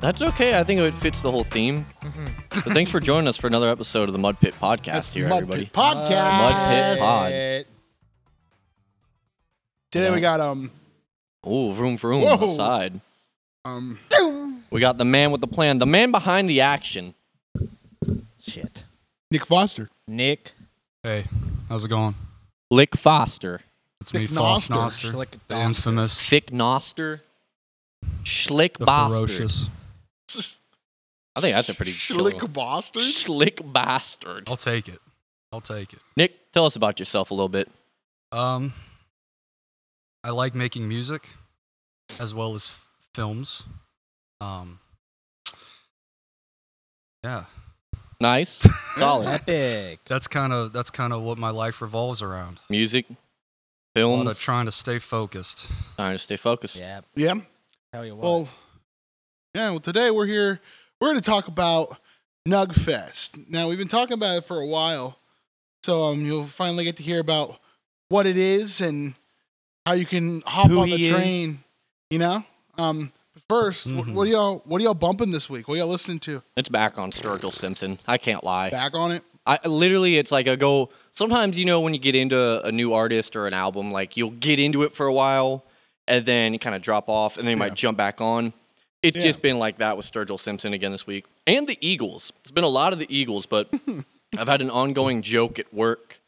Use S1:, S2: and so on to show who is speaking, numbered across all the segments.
S1: That's okay. I think it fits the whole theme.
S2: Mm-hmm.
S1: But thanks for joining us for another episode of the Mud Pit Podcast here,
S2: Mud
S1: everybody.
S2: Pit Podcast.
S1: Mud Pit Pod.
S2: Today we got um
S1: Ooh, vroom vroom
S2: Whoa.
S1: outside.
S2: um
S1: We got the man with the plan, the man behind the action.
S3: Shit.
S2: Nick Foster.
S3: Nick.
S4: Hey, how's it going?
S1: Lick Foster.
S4: It's
S2: Dick
S4: me, Foss
S2: Noster.
S4: Noster,
S3: Schlick
S4: the
S3: Doster.
S4: infamous,
S1: Thick Noster. Schlick
S4: the
S1: Bastard.
S4: ferocious.
S1: I think that's a pretty
S2: Schlick Oh.
S1: killer-
S2: Foster.
S1: Schlick Bastard.
S4: I'll take it. I'll take it.
S1: Nick, tell us about yourself a little bit.
S4: Um, I like making music as well as f- films. Um, yeah,
S1: Nice. Solid.
S3: Epic.
S4: that's kind of that's kind of what my life revolves around.
S1: Music,
S4: A lot of
S1: films,
S4: trying to stay focused.
S1: trying to stay focused.
S3: Yeah.
S2: Yeah.
S3: Tell you what.
S2: Well, yeah. Well, today we're here. We're going to talk about Nugfest. Now we've been talking about it for a while, so um, you'll finally get to hear about what it is and how you can hop
S3: Who
S2: on the
S3: he is.
S2: train. You know. Um. but First, wh-
S4: Mhm.
S2: what, are y'all what are y'all bumping this week? What are y'all listening to?
S1: It's back on Sturgill Simpson. I can't lie.
S2: Back on it.
S1: I literally, it's like I go. Sometimes you know when you get into a new artist or an album, like you'll get into it for a while, and then kind of drop off, and then you
S2: Yeah.
S1: might jump back on. It's
S2: Yeah.
S1: just been like that with Sturgill Simpson again this week, and the Eagles. It's been a lot of the Eagles, but I've had an ongoing joke at work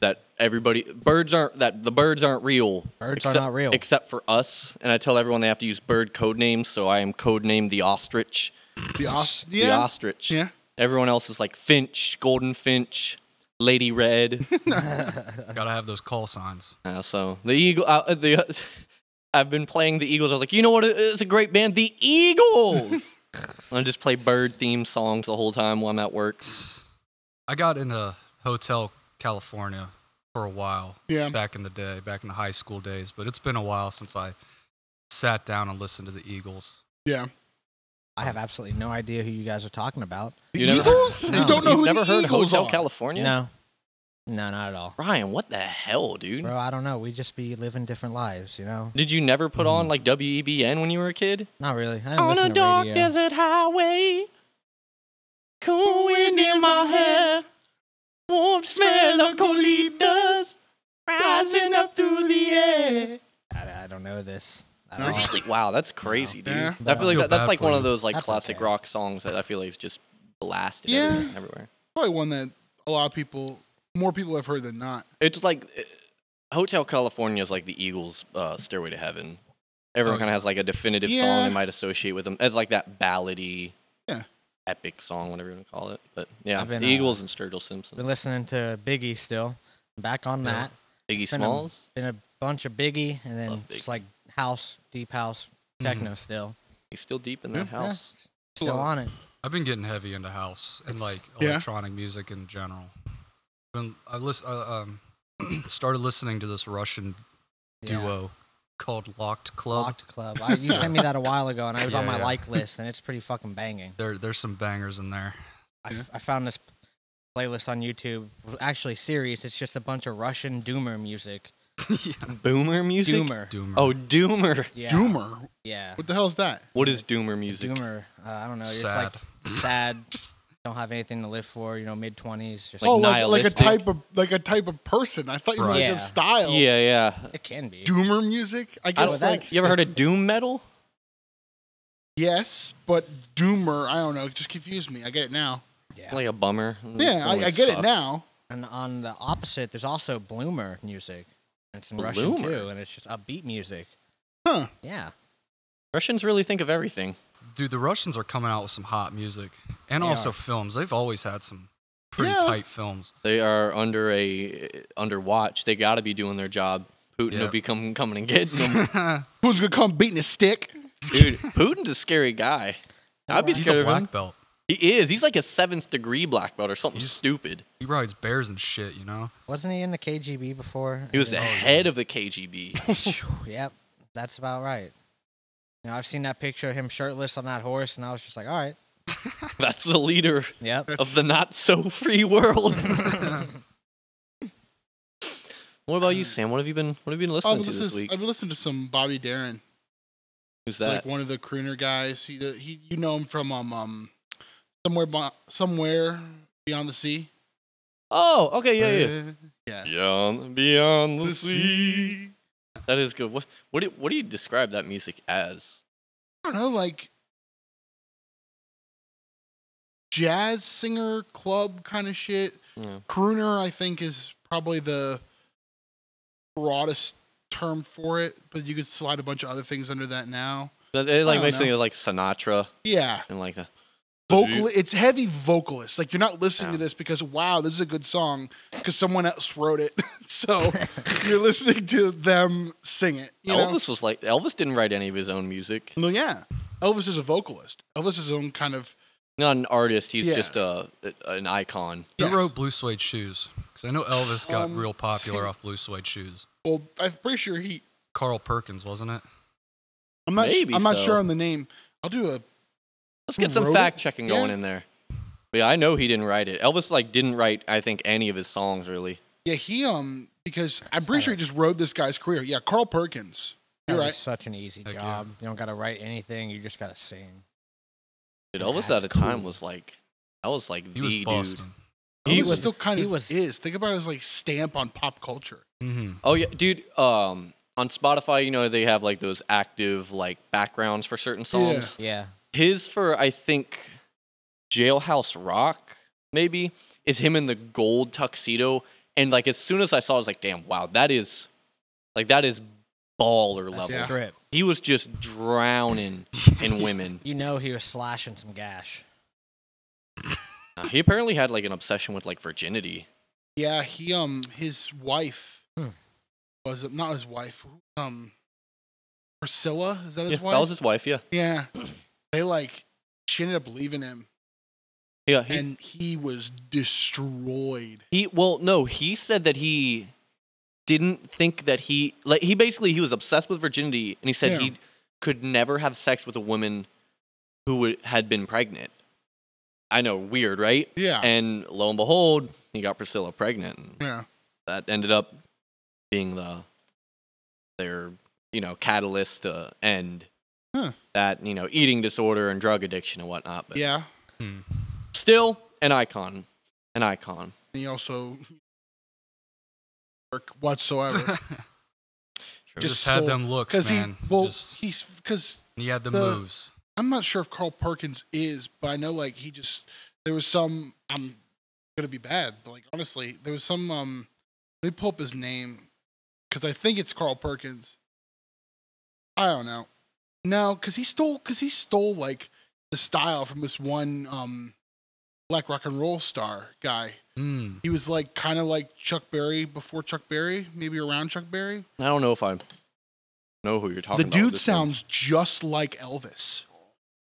S1: that everybody birds aren't that the birds aren't real.
S3: Birds
S1: except-
S3: are not real.
S1: except for us. And I tell everyone they have to use bird code names, so I am code named the ostrich.
S2: The os-
S1: The
S2: yeah.
S1: ostrich.
S2: Yeah.
S1: Everyone else is like Finch, Golden Finch, Lady Red.
S4: Gotta have those call signs.
S1: Uh, so the Eagle, uh, the I've been playing the Eagles. I was like, you know what? It's a great band, the Eagles. I just play bird themed songs the whole time while I'm at work.
S4: I got in a hotel California for a while
S2: Yeah.
S4: back in the day, back in the high school days, but it's been a while since I sat down and listened to the Eagles.
S3: I have absolutely no idea who you guys are talking about.
S2: The
S1: You never-
S2: Eagles?
S3: No.
S2: You don't know
S1: You've
S2: who
S1: never
S2: the
S1: heard
S2: Eagles
S1: Hotel
S2: are.
S1: California?
S3: No. No, not at all.
S1: Ryan, what the hell, dude?
S3: Bro, I don't know. We just be living different lives, you know?
S1: Did you never put on like WEBN when you were a kid?
S3: Not really. I didn't listen to radio.
S1: desert highway, cool wind in my hair, warm smell of colitas rising up through the air.
S3: I, I don't know this. At all.
S1: Really? Wow, that's crazy, dude.
S2: Yeah.
S1: I feel like
S4: Feel
S1: that, that's
S4: bad
S1: like
S4: for
S1: one
S4: you.
S1: of those like
S3: That's
S1: classic
S3: okay.
S1: rock songs that I feel like is just blasted
S2: Yeah.
S1: everywhere, everywhere.
S2: Probably one that a lot of people, more people have heard than not.
S1: It's like eh, Hotel California is like the Eagles' uh, "Stairway to Heaven." Everyone
S4: Oh,
S1: kind of has like a definitive
S2: Yeah.
S1: song they might associate with them. It's like that ballady,
S2: Yeah.
S1: epic song, whatever you want to call it. But yeah,
S3: I've been,
S1: the
S3: uh,
S1: Eagles and Sturgill Simpson,
S3: Been listening to Biggie still. Back on
S4: Yeah.
S3: that.
S1: Iggy
S3: been a-
S1: Smalls.
S3: Been a bunch of Biggie and then
S1: Love Biggie.
S3: just like house, deep house, Mm-hmm. techno still.
S1: He's still deep in that
S2: Yeah.
S1: house.
S3: Still
S2: Love it.
S3: on it.
S4: I've been getting heavy into house and like
S2: Yeah.
S4: electronic music in general. Been, I list, I, um, started listening to this Russian
S3: Yeah.
S4: duo called Locked Club.
S3: Locked Club. I, you sent me that a while ago, and I was on
S4: Yeah,
S3: my
S4: yeah.
S3: like list, and it's pretty fucking banging.
S4: There, there's some bangers in there.
S3: I, I found this playlist on YouTube. Actually, serious. It's just a bunch of Russian doomer music.
S4: yeah.
S1: Boomer music.
S3: Doomer.
S4: Doomer.
S1: Oh, doomer.
S3: Yeah.
S2: Doomer.
S3: Yeah.
S2: What the hell is that?
S1: What is doomer music?
S3: Doomer. Uh, I don't know. It's
S4: sad.
S3: like sad. Don't have anything to live for. You know, mid twenties. Just
S1: Like
S2: oh, like, like a
S1: nihilistic.
S2: type of like a type of person. I thought you meant
S4: Right.
S2: like
S3: Yeah.
S2: a style.
S1: Yeah, yeah.
S3: it can be.
S2: Doomer music. I
S1: I
S2: guess
S1: don't-
S2: like
S1: you ever heard of doom metal?
S2: yes, but doomer. I don't know. It just confused me. I get it now.
S3: Yeah.
S1: Like a bummer.
S2: Yeah, I,
S1: Totally
S2: I get it
S1: sucks.
S2: now.
S3: and on the opposite, there's also bloomer music. And it's in Russian
S1: Bloomer?
S3: too, and it's just upbeat music.
S2: Huh?
S3: Yeah.
S1: Russians really think of everything.
S4: Dude, the Russians are coming out with some hot music and
S3: They
S4: also
S3: are.
S4: films. They've always had some pretty
S2: Yeah.
S4: tight films.
S1: They are under a uh, under watch. They got to be doing their job. Putin
S4: Yeah.
S1: will be coming coming and getting them.
S2: Who's gonna come beating a stick?
S1: Dude, Putin's a scary guy.
S2: Oh,
S1: I'd be
S3: He's
S4: He's a
S1: scared of him.
S4: black belt.
S1: He is. He's like a seventh degree black belt or something
S4: He's-
S1: stupid.
S4: He rides bears and shit, you know?
S3: Wasn't he in the KGB before?
S2: Oh,
S1: He was the
S3: And-
S1: head of the KGB.
S3: Yep, that's about right. You know, I've seen that picture of him shirtless on that horse, and I was just like, all right,
S1: That's the leader
S3: yep.
S1: of the not so free world. what about you, Sam? What have you been What have you been
S2: Oh,
S1: listening to
S2: this
S1: this
S2: is-
S1: week?
S2: I've been listening to some Bobby Darin.
S1: Who's
S2: like
S1: that?
S2: one of the crooner guys. He, he you know him from um um somewhere bo- somewhere beyond the sea.
S1: oh, okay, yeah, yeah.
S2: yeah.
S1: Beyond, beyond the sea. That is good. What what do, you- what do you describe that music as?
S2: I don't know, like jazz singer club kind of shit.
S1: Yeah.
S2: Crooner, I think, is probably the broadest term for it, but you could slide a bunch of other things under that now.
S1: That- It like
S2: don't
S1: makes me think
S2: know.
S1: of like Sinatra
S2: Yeah.
S1: and like the
S2: Vocal, it's heavy vocalist. Like you're not listening to
S1: Yeah.
S2: this because wow, this is a good song because someone else wrote it. so you're listening to them sing it. You know?
S1: Elvis was like Elvis didn't write any of his own music.
S2: No, yeah. Elvis is a vocalist. Elvis is his own kind of.
S1: Not an artist. He's
S2: Yeah.
S1: just a, an icon.
S4: Who
S2: Yes.
S4: wrote Blue Suede Shoes? Because I know Elvis got
S2: Um,
S4: real popular
S2: same.
S4: off Blue Suede Shoes.
S2: Well, I'm pretty sure he.
S4: Carl Perkins, wasn't it?
S2: I'm not.
S1: Maybe
S2: I'm not
S1: so.
S2: sure on the name. I'll do a.
S1: Let's
S2: Who
S1: get some
S2: wrote
S1: fact
S2: it?
S1: checking
S2: Yeah.
S1: going in there. But yeah, I know he didn't write it. Elvis like didn't write I think any of his songs really.
S2: Yeah, he um because I'm pretty
S1: Uh.
S2: sure he just rode this guy's career. Yeah, Carl Perkins. You're
S3: That
S2: right.
S3: was such an easy
S4: Heck yeah.
S3: job. You don't got to write anything. You just got to sing.
S1: Dude, Elvis
S3: Yeah,
S1: at a time
S3: cool.
S1: was like that was like
S4: He
S1: the
S4: was
S1: dude.
S4: Boston.
S2: He
S1: He
S2: was
S1: was-
S2: still kind
S3: he
S2: of
S3: was-
S2: is. Think about his like stamp on pop culture.
S4: Mm-hmm.
S1: Oh yeah, dude. Um, on Spotify, you know they have like those active like backgrounds for certain songs.
S3: Yeah.
S1: His for I think Jailhouse Rock maybe is him in the gold tuxedo, and like as soon as I saw, it, I was like, damn, wow, that is like that is baller level.
S3: That's a
S2: Yeah.
S3: drip.
S1: He was just drowning in women.
S3: You know he was slashing some gash.
S1: Uh, he apparently had like an obsession with like virginity.
S2: Yeah, he um his wife
S3: Hmm.
S2: was not his wife. Um, Priscilla is that his
S1: Yeah,
S2: wife?
S1: that was his wife. Yeah,
S2: yeah, they like she ended up leaving him,
S1: yeah. He,
S2: and he was destroyed.
S1: He well, no, he said that he didn't think that he like he basically he was obsessed with virginity, and he said
S2: Yeah.
S1: he could never have sex with a woman who would, had been pregnant. I know, weird, right?
S2: Yeah.
S1: And lo and behold, he got Priscilla pregnant, and
S2: yeah.
S1: that ended up being the their you know catalyst to end
S2: Huh.
S1: that you know eating disorder and drug addiction and whatnot. But
S2: Yeah.
S4: Hmm.
S1: still an icon, an icon.
S2: And he also work whatsoever.
S1: True.
S4: just,
S2: Just
S4: had
S2: stole-
S4: them looks,
S2: Because he
S4: man.
S2: well
S4: Just-
S2: he's because
S4: he had the,
S2: the-
S4: moves.
S2: I'm not sure if Carl Perkins is, but I know like he just there was some I'm gonna be bad, but like honestly, there was some um let me pull up his name because I think it's Carl Perkins. I don't know. No, because he stole because he stole like the style from this one um black rock and roll star guy.
S4: Mm.
S2: He was like kind of like Chuck Berry before Chuck Berry, maybe around Chuck Berry.
S1: I don't know if I know who you're talking
S2: the
S1: about. with
S2: dude
S1: this name.
S2: sounds just like Elvis.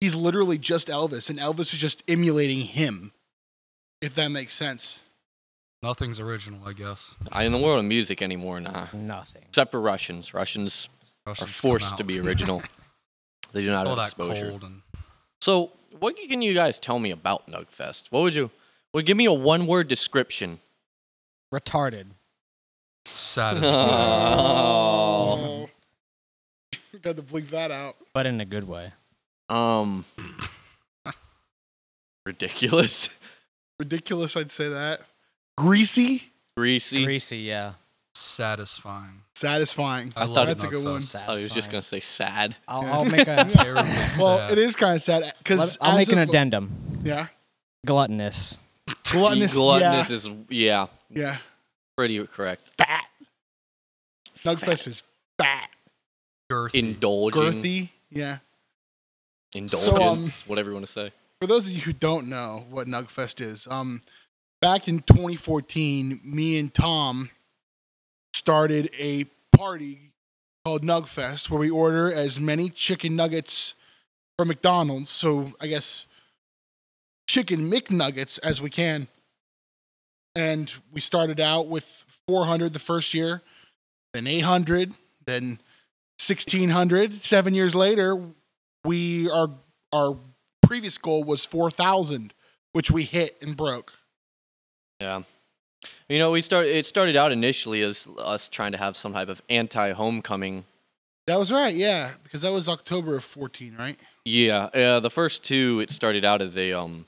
S2: He's literally just Elvis, and Elvis is just emulating him. If that makes sense.
S4: Nothing's original, I guess.
S1: I, in the world of music anymore, nah.
S3: Nothing.
S1: Except for Russians. Russians are
S4: Russians come
S1: forced to
S4: out.
S1: be original. they do not
S4: All
S1: have
S4: that
S1: exposure.
S4: cold and
S1: So, what can you guys tell me about Nugfest? What would you? Well, give me a one-word description.
S3: Retarded.
S4: satisfying.
S2: Oh. Got to bleep that out.
S3: But in a good way.
S1: Um, ridiculous,
S2: Ridiculous, I'd say that. Greasy,
S1: greasy.
S3: Greasy, yeah.
S4: satisfying.
S2: satisfying.
S4: I,
S1: I
S4: love
S1: thought-
S2: That's a good
S4: Nugfest.
S2: one.
S1: I was just gonna say sad.
S3: I'll, I'll make a.
S4: Terribly
S2: Well,
S4: sad.
S2: it is kind of sad because
S3: let- I'll make an addendum.
S2: Yeah,
S3: Gluttonous.
S2: gluttonous.
S1: Gluttonous is yeah,
S2: Yeah,
S1: pretty correct.
S2: yeah. fat. Nugfest is fat,
S4: girthy.
S1: Indulging,
S2: girthy. um, Yeah.
S1: indulgence, whatever you want to say.
S2: for those of you who don't know what Nugfest is, um, back in 2014, me and Tom started a party called Nugfest where we order as many chicken nuggets from McDonald's. So I guess chicken McNuggets as we can. And we started out with 400 the first year, then 800, then 1600. Seven years later, we are our previous goal was 4,000, which we hit and broke.
S1: Yeah. You know, we start. It started out initially as us trying to have some type of anti-homecoming
S2: That was right, yeah, because that was October of 14, right?
S1: Yeah, uh, the first two it started out as a um.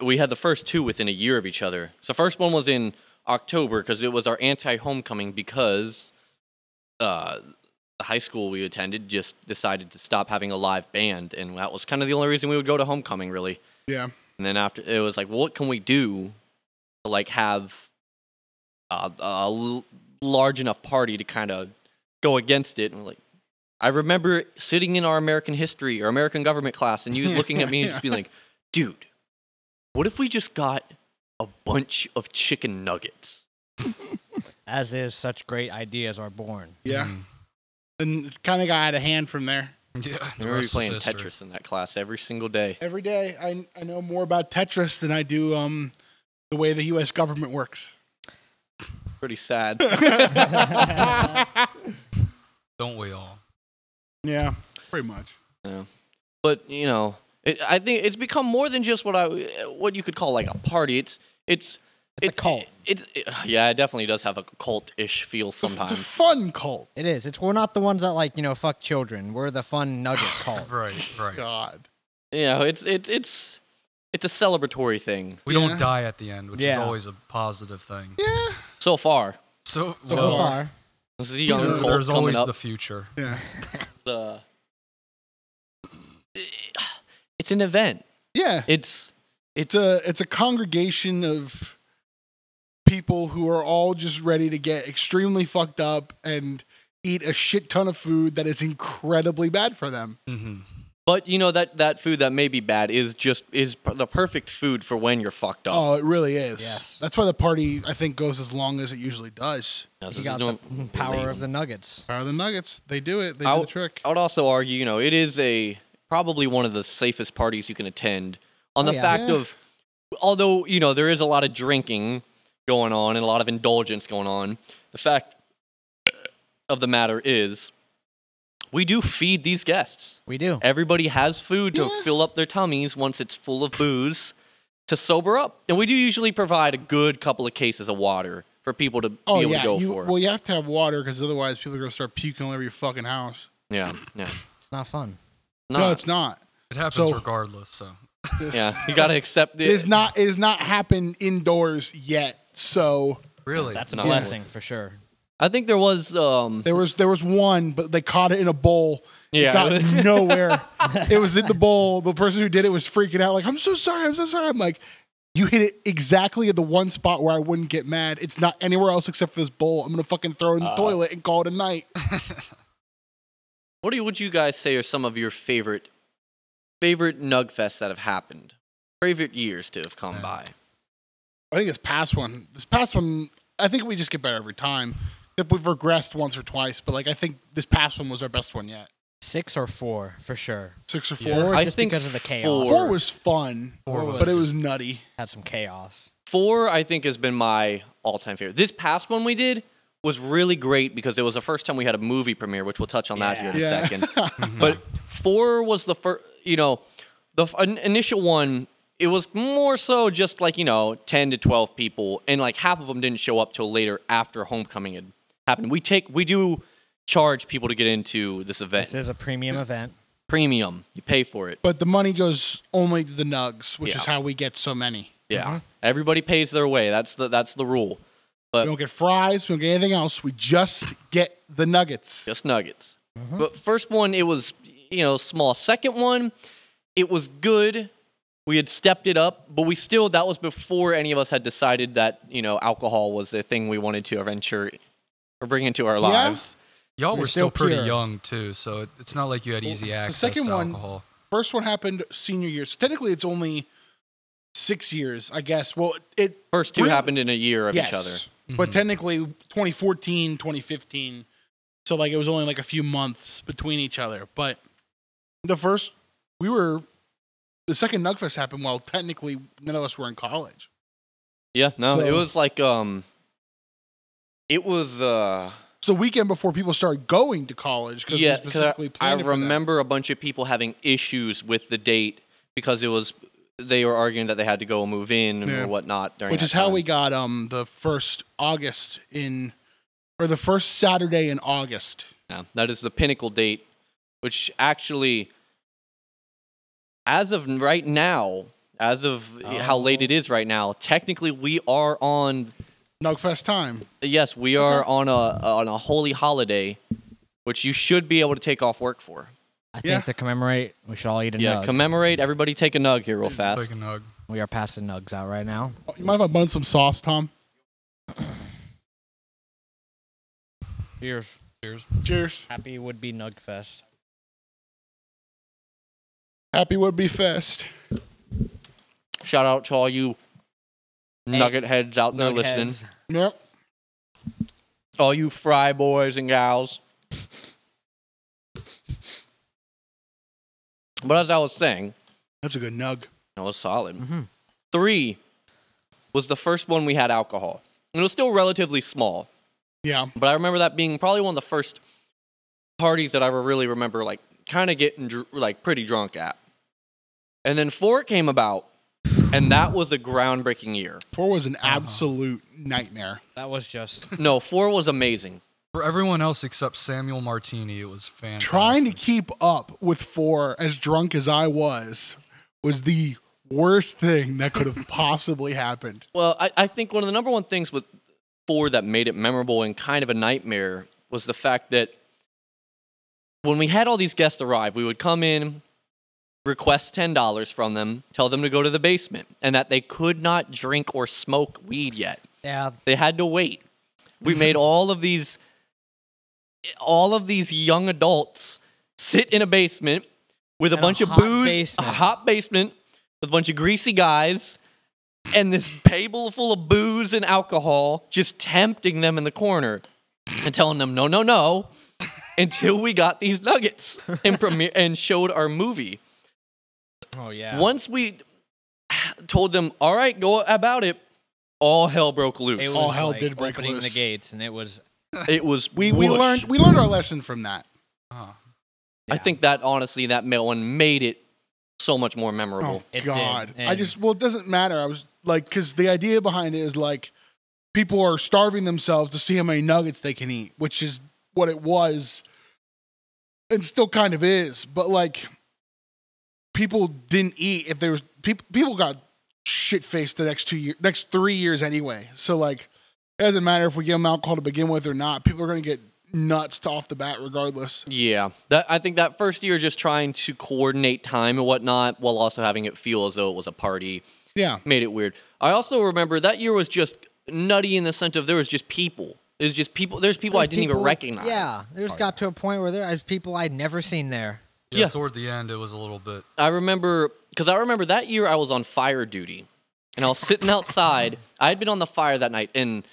S1: We had the first two within a year of each other. So first one was in October because it was our anti-homecoming because uh, the high school we attended just decided to stop having a live band, and that was kind of the only reason we would go to homecoming really.
S2: Yeah.
S1: And then after it was like, what can we do to like have a, a l- large enough party to kind of go against it? And we're like, I remember sitting in our American history or American government class, and you looking at me and just being like, dude, what if we just got a bunch of chicken nuggets?
S3: As is, such great ideas are born.
S2: Yeah.
S4: Mm.
S2: And it kind of got out of hand from there.
S4: Yeah. the
S1: I remember
S4: rest
S1: we
S4: is
S1: playing
S4: history.
S1: Tetris in that class every single day.
S2: Every day, I, I know more about Tetris than I do um, the way the U.S. government works.
S1: Pretty sad.
S4: Don't we all?
S2: Yeah, pretty much.
S1: but you know, it, I think it's become more than just what I what you could call like a party. It's it's
S3: It's a cult.
S1: It's it- yeah, it definitely does have a cult-ish feel
S2: It's a, it's a
S1: sometimes.
S2: fun cult.
S3: It is. It's we're not the ones that like you know fuck children. We're the fun nugget cult.
S4: Right, right.
S2: God.
S1: you know, it's it's it's it's a celebratory thing
S4: We
S2: Yeah.
S4: don't die at the end, which is
S3: Yeah.
S4: always a positive thing.
S2: Yeah.
S1: so far.
S4: So,
S3: So
S2: Well,
S3: far,
S1: This is a young
S4: there-
S1: cult
S4: there's
S1: coming
S4: always
S1: up.
S4: the future.
S2: Yeah.
S1: The, it's an event.
S2: Yeah.
S1: It's
S2: It's
S1: it's
S2: a, it's a congregation of people who are all just ready to get extremely fucked up and eat a shit ton of food that is incredibly bad for them.
S4: hmm
S1: but you know that that food that may be bad is just is per- the perfect food for when you're fucked up.
S2: Oh, it really is.
S3: Yeah.
S2: That's why the party, I think, goes as long as it usually does.
S1: You know, this
S3: you
S1: is
S3: got
S1: doing-
S3: the power of the nuggets.
S2: Power of the Nuggets. They do it. They
S1: I
S2: do the
S1: w-
S2: trick.
S1: I would also argue, you know, it is a probably one of the safest parties you can attend on
S3: Oh,
S1: the
S3: yeah.
S1: fact
S2: Yeah.
S1: of although, you know, there is a lot of drinking going on and a lot of indulgence going on, the fact of the matter is we do feed these guests.
S3: We do.
S1: Everybody has food to
S2: Yeah.
S1: fill up their tummies once it's full of booze to sober up. And we do usually provide a good couple of cases of water for people to
S2: Oh,
S1: be able
S2: yeah.
S1: to go
S2: you,
S1: for.
S2: Well, you have to have water because otherwise people are going to start puking all over your fucking house.
S1: yeah, yeah.
S3: It's not fun.
S2: No,
S1: Not-
S2: it's not.
S4: It happens
S2: So-
S4: regardless. So,
S1: yeah, you got to accept
S2: It is not. It has not happened indoors yet. So
S4: really,
S3: That's a
S1: No.
S3: blessing for sure.
S1: I think there was um
S2: there was there was one, but they caught it in a bowl. It
S1: yeah
S2: got nowhere. it was in the bowl. The person who did it was freaking out. Like, I'm so sorry. I'm so sorry. I'm like, you hit it exactly at the one spot where I wouldn't get mad. It's not anywhere else except for this bowl. I'm gonna fucking throw it in the toilet and call it a night.
S1: what do you, would you guys say are some of your favorite favorite nugfests that have happened? Favorite years to have come
S3: Uh,
S4: Yeah.
S1: by.
S2: I think this past one, this past one, I think we just get better every time. Except we've regressed once or twice, but like I think this past one was our best one yet.
S3: Six or four for sure.
S2: Six or
S4: Yeah.
S2: four.
S3: Or
S1: I
S3: just
S1: think
S3: because of the chaos.
S1: four.
S2: Four was fun,
S4: Four
S2: but it was nutty.
S3: Had some chaos.
S1: Four, I think, has been my all-time favorite. This past one we did was really great because it was the first time we had a movie premiere, which we'll touch on that here in a
S2: Yeah.
S1: second. but four was the first, you know, the f- in- initial one. It was more so just like you know, ten to twelve people, and like half of them didn't show up till later after homecoming had happened. We take we do charge people to get into this event.
S3: This is a premium event.
S1: premium. You pay for it.
S2: But the money goes only to the nugs, which is
S1: Yeah.
S2: how we get so many.
S1: Yeah. Everybody pays their way. That's the that's the rule.
S2: We don't get fries, we don't get anything else. We just get the nuggets.
S1: Just nuggets.
S2: Mm-hmm.
S1: But first one it was, you know, small. Second one, it was good. We had stepped it up, but we still that was before any of us had decided that, you know, alcohol was the thing we wanted to venture or bring into our lives.
S4: y'all
S3: We're
S4: were still,
S3: still
S4: pretty
S3: pure.
S4: young too, so it, it's not like you had easy
S2: the
S4: access
S2: second
S4: to
S2: one-
S4: alcohol.
S2: First one happened senior year. So technically, it's only six years, I guess. Well, it
S1: First two
S2: Really?
S1: happened in a year of each other.
S2: But
S4: Mhm.
S2: technically 2014, 2015. So like it was only like a few months between each other. But the first we were the second Nugfest happened while technically none of us were in college.
S1: Yeah, no, it
S2: So-
S1: was like um it was uh
S2: It's the weekend before people started going to college because
S1: yeah,
S2: we
S1: 'cause
S2: specifically
S1: I, I
S2: planned it for that.
S1: remember a bunch of people having issues with the date because it was they were arguing that they had to go move in and
S2: Yeah.
S1: whatnot during
S2: which
S1: that
S2: is how
S1: time.
S2: we got um the first August in or the first Saturday in August.
S1: Yeah, that is the pinnacle date, which actually, as of right now, as of how late it is right now, technically we are on
S2: Nugfest time.
S1: Yes, we are on a on a holy holiday, which you should be able to take off work for.
S3: I
S2: Yeah.
S3: think to commemorate, we should all eat a
S1: Yeah,
S3: nug.
S1: commemorate. Everybody take a nug here real fast.
S4: Take a nug.
S3: we are passing nugs out right now.
S2: Oh, You might have bun some sauce, Tom.
S3: Here's
S4: Cheers.
S2: Cheers.
S3: happy would be nug fest.
S2: Happy would be fest.
S1: Shout out to all you nugget heads out there listening.
S3: Nugheads.
S2: Yep.
S1: All you fry boys and gals. But as I was saying,
S2: That's a good nug.
S1: that was solid.
S3: Mhm.
S1: Three was the first one we had alcohol. And it was still relatively small.
S2: Yeah.
S1: But I remember that being probably one of the first parties that I really remember, like kind of getting dr- like pretty drunk at. And then four came about, and that was a groundbreaking year.
S2: Four was an
S1: Uh-huh.
S2: absolute nightmare.
S3: That was just
S1: No, four was amazing.
S4: For everyone else except Samuel Martini, it was fantastic.
S2: Trying to keep up with four, as drunk as I was, was the worst thing that could have possibly happened.
S1: Well, I, I think one of the number one things with four that made it memorable and kind of a nightmare was the fact that when we had all these guests arrive, we would come in, request $10 from them, tell them to go to the basement, and that they could not drink or smoke weed yet.
S3: yeah.
S1: They had to wait. We made all of these all of these young adults sit in a basement with a
S3: In a
S1: bunch of
S3: hot
S1: booze,
S3: basement.
S1: a hot basement with a bunch of greasy guys and this table full of booze and alcohol just tempting them in the corner and telling them no no no until we got these nuggets and premiere and showed our movie.
S3: Oh yeah.
S1: Once we told them, "All right, go about it," all hell broke loose.
S3: It was
S2: All hell
S3: like
S2: did break
S3: opening the
S2: loose.
S3: gates, and it was
S1: It was
S2: We we
S1: whoosh.
S2: learned we learned our lesson from that.
S1: I think that honestly, that male one made it so much more memorable.
S2: Oh
S3: It did,
S2: God! I
S3: and-
S2: just well, it doesn't matter. I was like, because the idea behind it is like, people are starving themselves to see how many nuggets they can eat, which is what it was, and still kind of is. But like, people didn't eat if there was people. People got shit faced the next two years, next three years anyway. So like, it doesn't matter if we give them alcohol to begin with or not. People are gonna get nuts off the bat regardless.
S1: Yeah, that I think that first year just trying to coordinate time and whatnot, while also having it feel as though it was a party,
S2: Yeah.
S1: made it weird. I also remember that year was just nutty in the sense of there was just people. It was just people. There's people I didn't even recognize.
S3: Yeah, there's got to a point where there was people I'd never seen there.
S4: Yeah,
S1: Yeah.
S4: Toward the end, it was a little bit.
S1: I remember because I remember that year I was on fire duty, and I was sitting outside. I had been on the fire that night, and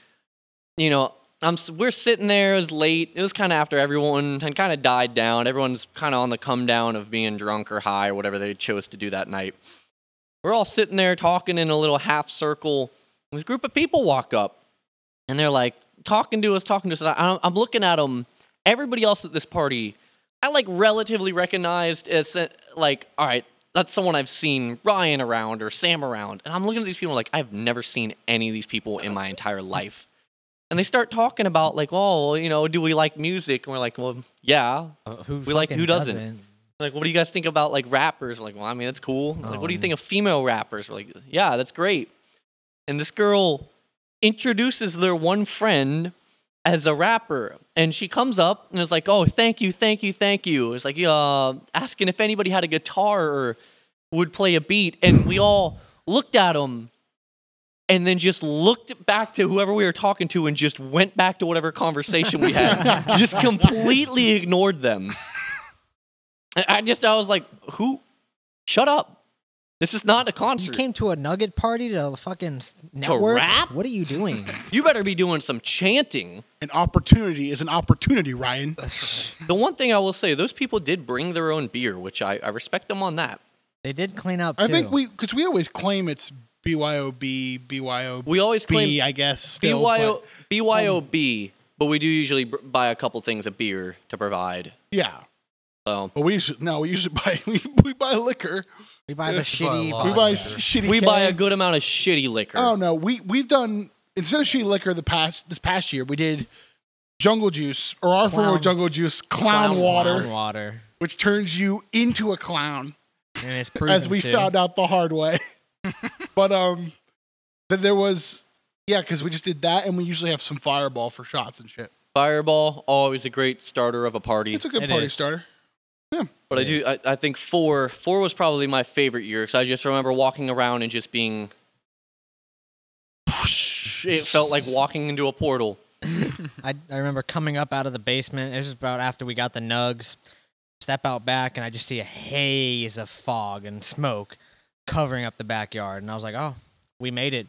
S1: you know, I'm s- we're sitting there. It was late. It was kind of after everyone had kind of died down. Everyone's kind of on the come down of being drunk or high or whatever they chose to do that night. We're all sitting there talking in a little half circle. and This group of people walk up, and they're like talking to us, talking to us. and I- I'm, I'm looking at them. Everybody else at this party, I like relatively recognized as uh, like, all right, that's someone I've seen Ryan around or Sam around, and I'm looking at these people like I've never seen any of these people in my entire life. And they start talking about like, oh, well, you know, do we like music? And we're like, well, yeah.
S3: Uh, who
S1: We like-
S3: fucking
S1: who doesn't? Like, what do you guys think about like rappers? We're like, well, I mean, that's cool. Like, what do you think of female rappers? We're like, yeah, that's great. And this girl introduces their one friend as a rapper, and she comes up and is like, oh, thank you, thank you, thank you. It's like, uh, asking if anybody had a guitar or would play a beat, and we all looked at him. And then just looked back to whoever we were talking to and just went back to whatever conversation we had. just completely ignored them. And I just I was like, who? Shut up! This is not a
S3: You
S1: concert. You,
S3: came to a nugget party to fucking s- network.
S1: rap?
S3: What are you doing?
S1: better be doing some chanting.
S2: An opportunity is an opportunity, Ryan.
S1: The one thing I will say, those people did bring their own beer, which I, I respect them on that.
S3: they did clean up.
S2: I think
S3: too.
S2: we because we always claim it's BYOB, BYOB.
S1: We always claim
S2: I guess. Still,
S1: BYO,
S2: but-
S1: BYOB, but we do usually br- buy a couple things of beer to provide.
S2: yeah,
S1: So
S2: but we should, no, we usually buy we, we buy liquor.
S3: we buy
S2: Yeah.
S3: the
S4: We
S3: shitty.
S4: buy
S2: We Oh,
S4: Oh,
S2: buy
S4: yeah.
S2: s- shitty.
S1: we buy a
S2: canned-
S1: good amount of shitty liquor.
S2: Oh no, we we've done instead of shitty liquor the past this past year we did jungle juice or our form
S3: Clown-
S2: of jungle juice, clown, water,
S3: Clown water.
S2: which turns you into a clown,
S3: And it's proven
S2: as we
S3: to.
S2: found out the hard way. but um, then there was yeah, because we just did that, and we usually have some fireball for shots and shit.
S1: Fireball always a great starter of a party.
S2: It's a good
S3: It
S2: party
S3: is.
S2: starter.
S1: But I do. I, I think four four was probably my favorite year because I just remember walking around and just being. It felt like walking into a portal.
S3: I, I remember coming up out of the basement. It was about after we got the nugs. Step out back, and I just see a haze of fog and smoke covering up the backyard. And I was like, oh, we made it.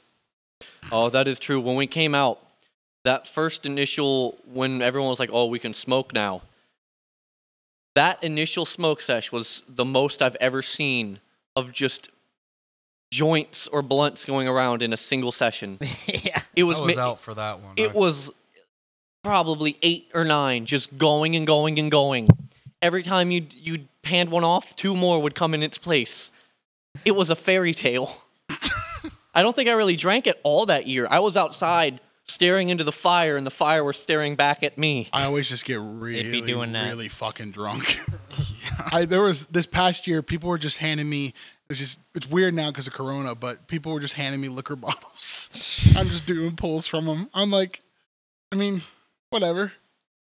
S1: Oh, that is true. When we came out, that first initial when everyone was like, "Oh, we can smoke now." That initial smoke sesh was the most I've ever seen of just joints or blunts going around in a single session.
S3: yeah.
S1: It
S4: I
S1: was,
S4: was
S1: ma-
S4: out for that one.
S1: it
S4: I-
S1: was probably eight or nine, just going and going and going. Every time you you panned one off, two more would come in its place. It was a fairy tale. I don't think I really drank it all that year. I was outside staring into the fire, and the fire were staring back at me.
S2: I always just get really,
S3: doing that.
S2: really fucking drunk. I there was this past year, people were just handing me. It's just it's weird now because of Corona, but people were just handing me liquor bottles. I'm just doing pulls from them. I'm like, I mean, whatever.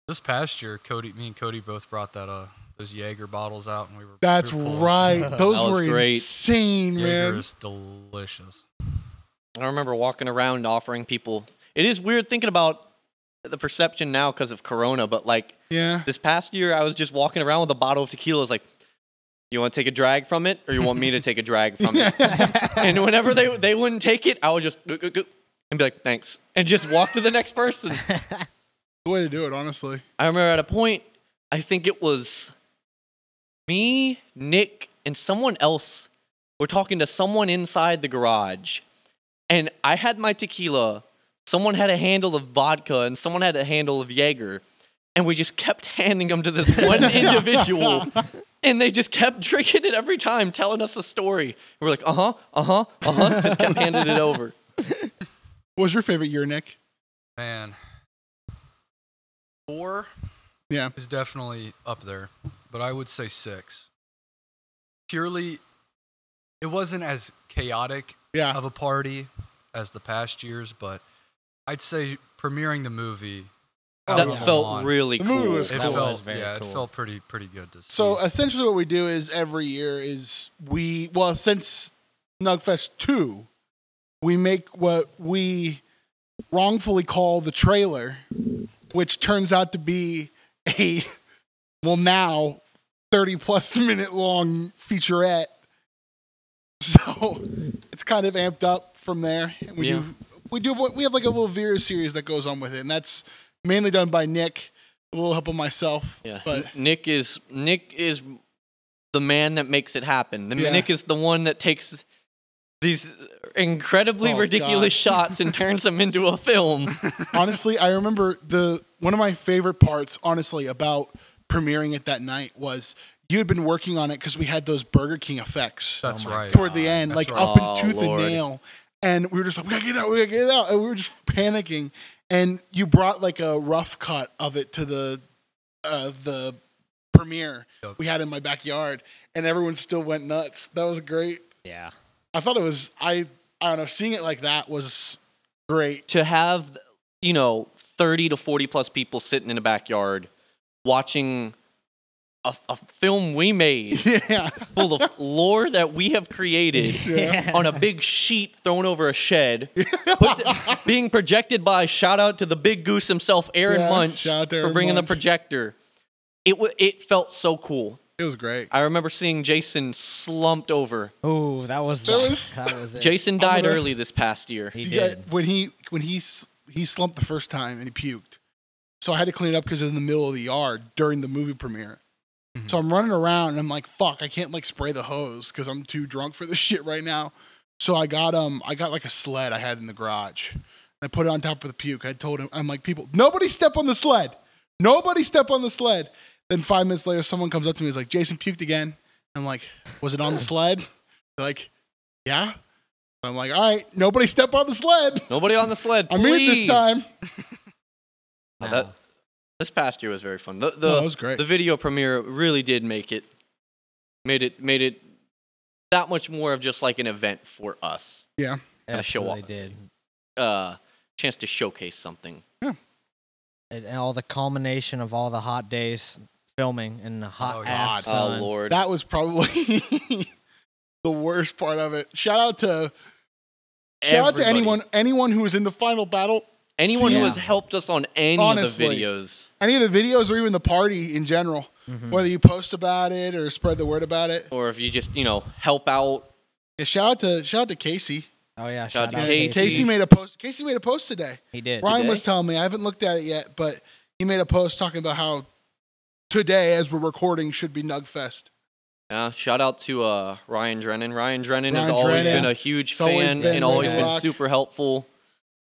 S4: This past year, Cody, me and Cody both brought that uh those Jaeger bottles out, and we were.
S2: That's
S4: we were pulling.
S2: right. Those
S1: That was
S2: were
S1: great.
S2: insane,
S4: Jaeger
S2: man.
S4: is delicious.
S1: I remember walking around offering people. It is weird thinking about the perception now because of Corona, but like
S2: Yeah.
S1: this past year, I was just walking around with a bottle of tequila. I was like, "You want to take a drag from it, or you want me to take a drag from it?" and whenever they they wouldn't take it, I would just "Gu- gu- gu," and be like, "Thanks," and just walk to the next person.
S2: the way to do it, honestly.
S1: I remember at a point, I think it was me, Nick, and someone else were talking to someone inside the garage, and I had my tequila. Someone had a handle of vodka, and someone had a handle of Jaeger, and we just kept handing them to this one individual. And they just kept drinking it every time, telling us the story. we're like, uh huh, uh huh, uh huh. Just kept handing it over.
S2: What was your favorite year, Nick?
S4: Man, four
S2: Yeah.
S4: is definitely up there, but I would say six. Purely, it wasn't as chaotic
S2: Yeah.
S4: of a party as the past years, but I'd say premiering the movie. out
S1: That
S4: Oh, on the
S1: felt
S4: lawn,
S1: really
S2: The
S1: cool.
S2: movie was
S4: It
S3: cool. That was
S4: felt
S3: very
S4: yeah,
S3: cool.
S4: it felt pretty pretty good to see.
S2: So uh, essentially, what we do is every year is we well since Nugfest two, we make what we wrongfully call the trailer, which turns out to be a well now thirty plus minute long featurette. So it's kind of amped up from there. And we
S1: Yeah.
S2: do we do what we have like a little Vera series that goes on with it, and that's mainly done by Nick, a little help of myself.
S1: Yeah.
S2: but
S1: N- Nick is Nick is the man that makes it happen. The
S2: Yeah.
S1: Nick is the one that takes these incredibly
S2: Oh,
S1: ridiculous shots and turns them into a film.
S2: honestly, I remember the one of my favorite parts, honestly, about premiering it that night was you had been working on it because we had those Burger King effects
S4: that's right.
S2: toward the end,
S4: That's
S2: like
S4: right.
S2: up
S1: Oh,
S2: and tooth
S1: Lord.
S2: and nail. And we were just like, we gotta get it out, we gotta get it out. And we were just panicking. And you brought like a rough cut of it to the uh, the premiere
S4: Yep.
S2: we had in my backyard, and everyone still went nuts. That was great.
S3: Yeah.
S2: I thought it was I I don't know, seeing it like that was great.
S1: to have you know 30 to 40 plus people sitting in a backyard watching a, a film we made
S2: Yeah.
S1: full of lore that we have created on a big sheet thrown over a shed put th- being projected by shout out to the big goose himself aaron
S2: Yeah,
S1: munch
S2: shout out to
S1: for
S2: Aaron
S1: bringing
S2: Munch.
S1: the projector it, w- it felt so cool
S2: It was great.
S1: i remember seeing jason slumped over
S3: Oh, that was
S2: That
S3: the-
S2: was-
S3: that was it.
S1: jason died
S2: gonna-
S1: early this past year
S3: he
S2: Yeah,
S3: did.
S2: when he when he s- he slumped the first time and he puked, so I had to clean it up because it was in the middle of the yard during the movie premiere.
S3: Mm-hmm.
S2: So I'm running around and I'm like, "Fuck, I can't like spray the hose because I'm too drunk for this shit right now." So I got um I got like a sled I had in the garage. And I put it on top of the puke. I told him I'm like, "People, nobody step on the sled. Nobody step on the sled." Then five minutes later, someone comes up to me. He's like, "Jason puked again." I'm like, "Was it on the sled?" They're like, "Yeah." I'm like, "All right, nobody step on the sled."
S1: nobody on the sled
S2: I'm in it
S1: please."
S2: this time.
S1: That, This past year was very fun. The the
S2: No, it was great.
S1: the video premiere really did make it made it made it that much more of just like an event for us. Gotta show
S3: Absolutely
S1: off.
S3: did.
S1: Uh chance to showcase something.
S3: And and all the culmination of all the hot days filming in the hot
S4: Oh, God.
S3: ass
S4: Oh,
S1: Oh
S3: sun.
S1: lord.
S2: That was probably the worst part of it. Shout out to shout out to
S1: Everybody.
S2: anyone anyone who was in the final battle,
S1: anyone who
S3: Yeah.
S1: has helped us on any
S2: Honestly.
S1: of the videos.
S2: any of the videos or even the party in general.
S1: Mm-hmm.
S3: Mhm.
S2: Whether you post about it or spread the word about it.
S1: Or if you just, you know, help out.
S2: Yeah, shout out to shout out to Casey.
S3: Oh yeah,
S1: Shout
S3: shout,
S1: out to
S3: out
S1: Casey.
S2: Casey made a post. Casey made a post today.
S3: He did.
S2: Ryan
S1: today?
S2: was telling me I haven't looked at it yet, but he made a post talking about how today, as we're recording, should be Nugfest.
S1: Yeah, shout out to uh, Ryan Drennan. Ryan Drennan has
S2: Ryan
S1: always
S2: Drennan.
S1: been a huge
S2: It's
S1: fan
S2: always been
S1: and always
S3: Ryan
S1: been
S2: Rock.
S1: super helpful.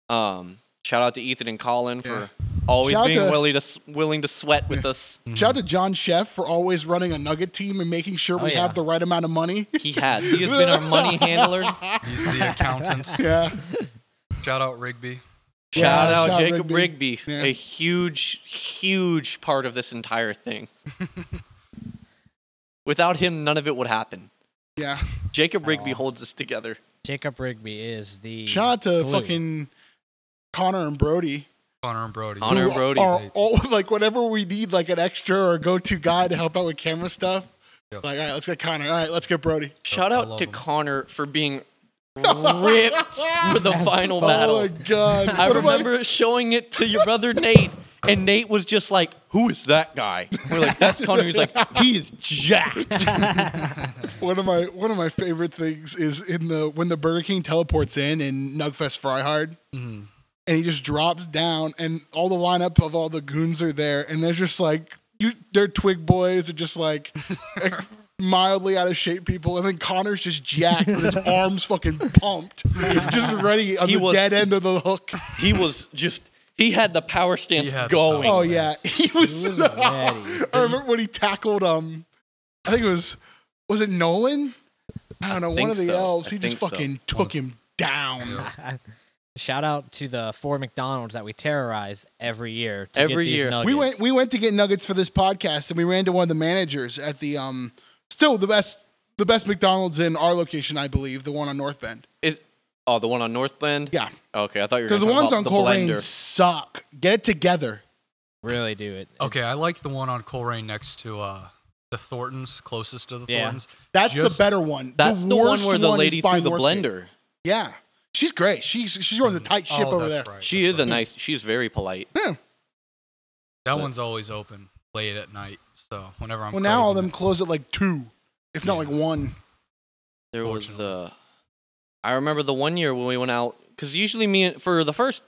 S1: Um, shout out to Ethan and Colin for
S2: Yeah.
S1: always
S2: Shout out
S1: being
S2: to-
S1: willing to s- willing to sweat with us.
S2: Shout out to John Chef for always running a Nugget team and making sure
S3: Oh,
S2: we
S3: yeah.
S2: have the right amount of money.
S1: He has. He has been our money handler.
S4: He's the accountant.
S2: yeah.
S4: Shout out Rigby.
S1: Shout
S2: Yeah,
S1: out
S2: shout out
S1: Jacob Rigby,
S2: Rigby. Yeah.
S1: a huge, huge part of this entire thing. Without him, none of it would happen.
S2: Yeah.
S1: Jacob Rigby
S3: Aw.
S1: holds us together.
S3: Jacob Rigby is the
S2: Shout out to
S3: glue.
S2: fucking Connor and Brody.
S4: Connor and Brody.
S1: Connor and
S2: who
S1: Brody.
S2: Are all, like, whenever we need like an extra or go to guy to help out with camera stuff,
S4: Yep.
S2: like, all right, let's get Connor. All right, let's get Brody.
S1: Shout
S4: I
S1: out
S4: love
S1: to
S4: him.
S1: Connor for being ripped for the final battle.
S2: Oh my God.
S1: I
S2: What am
S1: remember showing it to your brother Nate, and Nate was just like, "Who is that guy?" We're like, "That's Connor." He's like, "He is jacked."
S2: One of my one of my favorite things is in the when the Burger King teleports in in Nugfest Fry Hard,
S3: Mm-hmm.
S2: and he just drops down, and all the lineup of all the goons are there, and they're just like you, they're twig boys, are just like mildly out of shape people, and then Connor's just jacked with his arms fucking pumped, just ready on
S1: He
S2: the
S1: was-
S2: dead end of the hook.
S1: He was just. He had the power stance
S4: He had the
S1: going.
S2: Oh yeah, he was.
S3: He was ready.
S2: I remember when he tackled um, I think it was was it Nolan? I don't know, one
S1: think
S2: of the
S1: so.
S2: elves.
S1: I
S2: He just
S1: think so.
S2: fucking took him down.
S3: Shout out to the four McDonald's that we terrorize every year. To
S1: Every
S3: get these
S1: year.
S3: nuggets.
S2: We went we went to get nuggets for this podcast, and we ran to one of the managers at the um, still the best the best McDonald's in our location, I believe, the one on North Bend.
S1: Is, oh, the one on North Bend.
S2: Yeah,
S1: Okay, I thought you were
S2: because the
S1: gonna
S2: ones
S1: talk about
S2: on
S1: the
S2: Coleraine
S1: blender.
S2: suck. Get it together.
S3: really do it.
S1: Oh.
S4: Okay, I like the one on Coleraine next to uh, the Thorntons, closest to the
S3: Yeah.
S4: Thorntons.
S2: That's
S4: Just-
S2: the better one.
S1: That's the, one
S2: worst
S1: where the
S2: one is
S1: lady
S2: by
S1: threw the
S2: Northgate.
S1: blender.
S2: Yeah, she's great. She's she runs a tight ship
S4: Oh,
S2: over there.
S4: that's right,
S1: She
S4: that's
S1: is a
S4: right.
S1: nice. She's very polite.
S4: That one's always open late at night. So whenever I'm
S2: well, now all
S4: craving
S2: them close at like two, if not
S4: Yeah.
S2: like one.
S1: There was. Uh,
S4: Fortunately.
S1: I remember the one year when we went out because usually me and, for the first.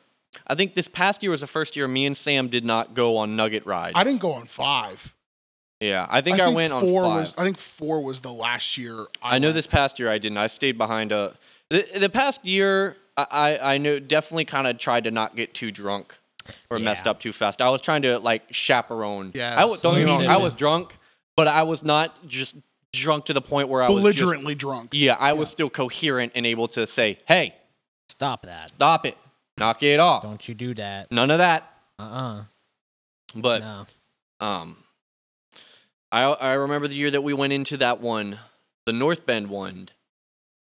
S1: I think this past year was the first year me and Sam did not go on Nugget Ride.
S2: I didn't go on five.
S1: yeah, I think I, went on
S2: four
S1: five.
S2: Was, I think four was the last year.
S1: I know
S2: went.
S1: this past year I didn't. I stayed behind a. The, the past year, I I, I know definitely kind of tried to not get too drunk or messed
S3: Yeah.
S1: up too fast. I was trying to like chaperone.
S2: Yeah,
S1: I was don't get me wrong. I
S2: absolutely.
S1: was drunk, but I was not just drunk to the point where I was just-
S2: belligerently drunk.
S1: yeah, I was still coherent and able to say, "Hey,
S3: Stop that.
S1: stop it, knock it off,
S3: Don't you do that.
S1: none of that."
S3: Uh uh
S1: But
S3: No.
S1: um, I I remember the year that we went into that one, the North Bend one,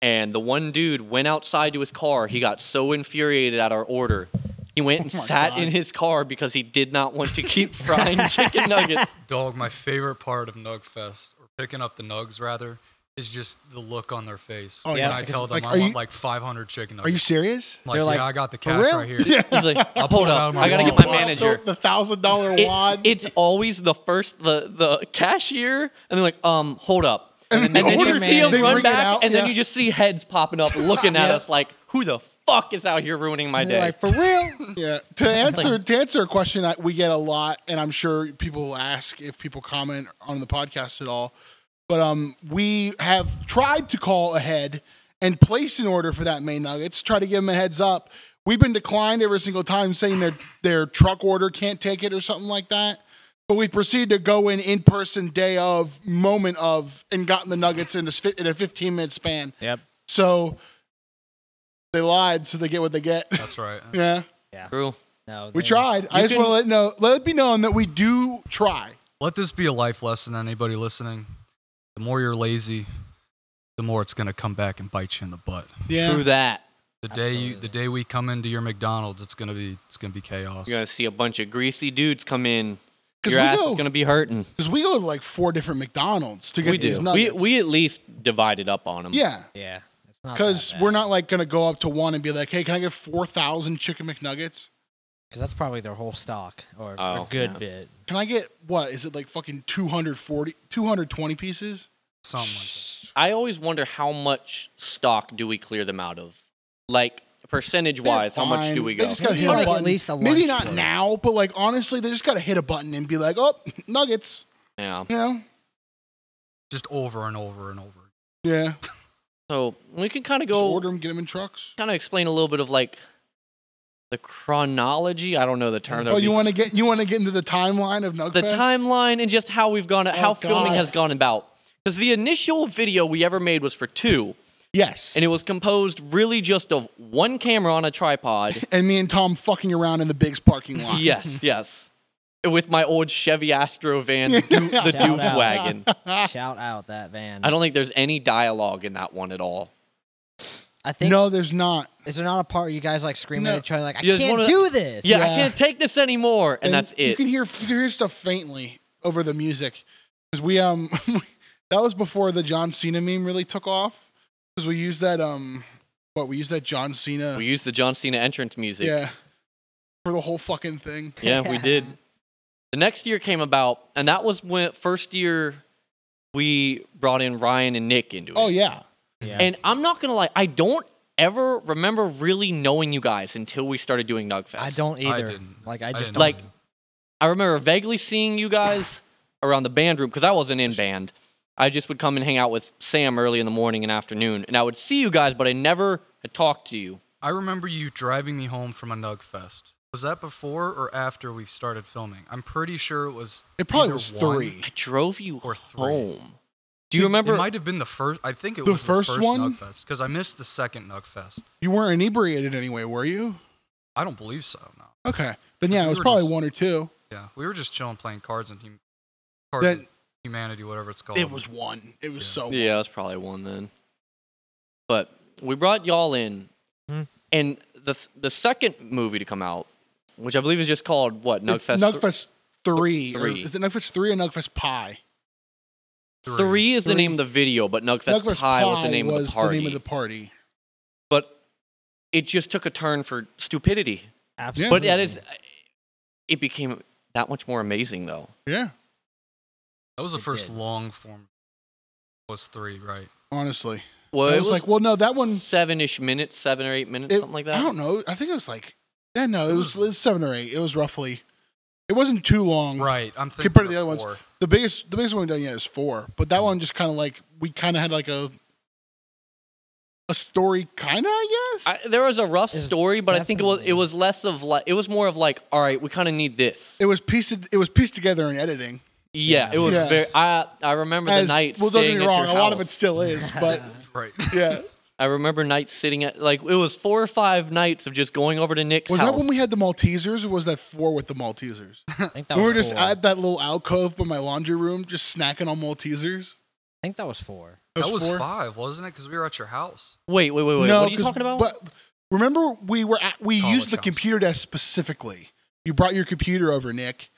S1: and the one dude went outside to his car. He got so infuriated at our order, he went and
S2: Oh my
S1: sat
S2: God.
S1: in his car because he did not want to keep frying chicken nuggets.
S4: Dog, my favorite part of Nug Fest, or picking up the Nugs rather, is just the look on their face.
S2: Oh,
S4: when
S2: yeah,
S4: I
S2: because,
S4: tell them
S2: like,
S4: I
S2: are
S4: want
S2: you-
S4: like 500 chicken
S2: Are
S4: nuggets.
S2: you serious?
S4: like,
S3: They're like,
S4: yeah, I got the
S2: For
S4: cash
S2: real?
S4: right here.
S2: Yeah.
S1: He's like,
S4: I'll pull
S1: "Hold
S4: it out
S1: up,
S4: of my
S1: I gotta get
S4: wallet."
S1: my manager."
S2: The- The thousand dollar
S1: It-
S2: wad.
S1: it's always the first the the cashier, and they're like, "Um, hold up." And,
S2: then
S1: then
S2: the
S1: you
S2: order
S1: just see
S2: man-
S1: them
S2: They
S1: run
S2: ring it
S1: back,
S2: out,
S1: and then
S2: yeah.
S1: you just see heads popping up, looking at
S3: Yeah.
S1: us like, "Who the fuck is out here ruining my day?"
S3: They're like, for real?
S2: yeah. To answer to answer a question that we get a lot, and I'm sure people will ask if people comment on the podcast at all. But um, we have tried to call ahead and place an order for that main nuggets. Try to give them a heads up. We've been declined every single time, saying their their truck order can't take it or something like that. But we've proceeded to go in in person day of moment of and gotten the nuggets in a, sp- in a 15 minute span.
S3: Yep.
S2: So they lied, so they get what they get.
S4: That's right.
S2: yeah.
S1: True.
S3: No,
S2: We
S3: they-
S2: tried. I
S1: You
S2: just want to
S1: can-
S2: let know, let it be known that we do try.
S4: Let this be a life lesson, anybody listening. The more you're lazy, the more it's going to come back and bite you in the butt.
S2: Yeah.
S1: True that.
S4: The day you,
S3: Absolutely.
S4: the day we come into your McDonald's, it's going to be it's going to be chaos.
S1: You're gonna see a bunch of greasy dudes come in.
S2: 'Cause
S1: Your
S2: we
S1: ass
S2: go-
S1: is gonna be hurting.
S2: Because we go to like four different McDonald's to get
S1: We
S2: these
S1: do. We
S2: nuggets.
S1: we at least divided up on them.
S2: yeah.
S3: Yeah. it's not that
S2: Because
S3: bad.
S2: we're not like going to go up to one and be like, hey, can I get 4,000 chicken McNuggets?
S3: 'Cause that's probably their whole stock or
S1: Oh,
S3: a good
S1: yeah.
S3: bit.
S2: Can I get, what? Is it like fucking 240, 220 pieces?
S4: Something like that.
S1: I always wonder how much stock do we clear them out of, like percentage
S2: They're
S1: wise. How much do
S2: fine.
S1: we
S2: They
S1: go?
S2: just got to hit
S3: Like,
S2: a
S3: at
S2: button.
S3: least a
S2: Maybe
S3: lunch
S2: not
S3: plate.
S2: now, but like honestly, they just got to hit a button and be like, oh, nuggets.
S1: yeah.
S2: You know?
S4: Just over and over and over.
S2: Yeah.
S1: So we can kind of
S2: Just
S1: go
S2: order them, get them in trucks.
S1: kind of explain a little bit of like the chronology. I don't know the term. that
S2: Oh,
S1: would
S2: you
S1: be-
S2: want to get you want to get into the timeline of Nugfest?
S1: the timeline and just how we've gone,
S2: Oh,
S1: how filming
S2: God.
S1: has gone about. Because the initial video we ever made was for two,
S2: Yes.
S1: and
S2: And,
S1: it was composed really just of one camera on a tripod.
S2: me and Tom fucking around in the Biggs parking lot.
S1: yes, yes, with my old Chevy Astro van, the, doof- the
S3: Shout
S1: doof
S3: out.
S1: wagon.
S3: Shout out that van.
S1: I don't think there's any dialogue in that one at all.
S3: I think
S2: No, there's not.
S3: is there not a part where you guys like screaming
S2: No.
S3: at each other like I
S1: Yeah, it's
S3: can't
S1: one of the-
S3: do this?
S1: Yeah, I
S2: Yeah.
S1: can't take this anymore, and, that's
S2: You
S1: it.
S2: can hear you can hear stuff faintly over the music because we um that was before the John Cena meme really took off because we used that um what we used that John Cena
S1: We used the John Cena entrance music.
S2: yeah for the whole fucking thing.
S1: Yeah, we did. The next year came about, and that was when first year we brought in Ryan and Nick into it.
S2: Oh yeah,
S3: Yeah.
S1: And I'm not gonna lie, I don't ever remember really knowing you guys until we started doing Nugfest.
S3: I don't
S4: I
S3: either.
S4: didn't.
S3: like I
S4: I
S3: just
S4: didn't.
S3: don't-
S1: like. I remember vaguely seeing you guys around the band room because I wasn't in band. I just would come and hang out with Sam early in the morning and afternoon, and I would see you guys, but I never had talked to you.
S4: I remember you driving me home from a Nug Fest. Was that before or after we started filming? I'm pretty sure it was.
S2: it probably
S4: either
S2: was
S4: one-
S2: three.
S1: I drove you
S4: Or three.
S1: home. Do you
S4: It
S1: remember?
S4: might have been the first. I think it
S2: The
S4: was
S2: first
S4: the first
S2: one?
S4: Nug Fest because I missed the second Nug Fest.
S2: You weren't inebriated anyway, were you?
S4: I don't believe so. No.
S2: Okay, then yeah, it
S4: We
S2: was
S4: were
S2: probably
S4: just-
S2: one or two.
S4: Yeah, we were just chilling, playing cards and hum- cards
S2: That-
S4: and humanity, whatever it's called.
S2: It was one. It was
S4: Yeah.
S2: so
S1: Yeah, that's probably one then. But we brought y'all in,
S3: Hmm.
S1: and the the second movie to come out, which I believe is just called what
S2: It's
S1: Nugfest. Th-
S2: Nugfest three. or
S1: Three.
S2: Is it Nugfest three or Nugfest Pie?
S1: three. is the name of the video, but Nugfest
S2: Nugfest
S1: Pie was the name of
S2: was
S1: the party.
S2: of the party.
S1: but it just took a turn for stupidity.
S3: absolutely.
S1: But that is, it became that much more amazing though.
S2: Yeah,
S4: That was the
S3: It
S4: first
S3: did.
S4: long form. Was three right?
S2: honestly,
S1: Well,
S2: I
S1: it
S2: was
S1: was
S2: like, well, no, that one.
S1: seven-ish minutes, seven or eight minutes,
S2: it-
S1: something like that.
S2: I don't know. I think it was like, yeah, no, it was, it was seven or eight. It was roughly. It wasn't too long.
S4: Right. I'm thinking
S2: Mm. Compared to
S4: of
S2: the other ones.
S4: four.
S2: The biggest, the biggest one we've done yet is four, but that one just kind of like we kind of had like a, a story, kind of, I guess.
S1: I, there was a rough
S3: It's
S1: story, but I think it was it
S3: definitely-
S1: was less of like it was more of like, all right, we kind of need this.
S2: it was pieced, it was pieced together in editing.
S1: yeah, it was
S2: Yeah.
S1: very. I I remember the
S2: As-
S1: night.
S2: well, don't get
S1: staying
S2: me
S1: at
S2: wrong.
S1: your
S2: A lot of it
S1: house.
S2: still is, but
S4: Right.
S2: yeah.
S1: I remember nights sitting at like it was four or five nights of just going over to Nick's
S2: Was
S1: house.
S2: that when we had the Maltesers, or was that four with the Maltesers?
S3: I think that
S2: we
S3: was
S2: were just
S3: four.
S2: at that little alcove by my laundry room, just snacking on Maltesers.
S3: I think that was four.
S2: That
S4: that was
S2: four?
S4: five, wasn't it? Because we were at your house.
S1: Wait, wait, wait, wait. what are you
S2: 'cause-
S1: talking about?
S2: But remember, we were at, we
S4: College
S2: used the
S4: house.
S2: computer desk specifically. You brought your computer over, Nick,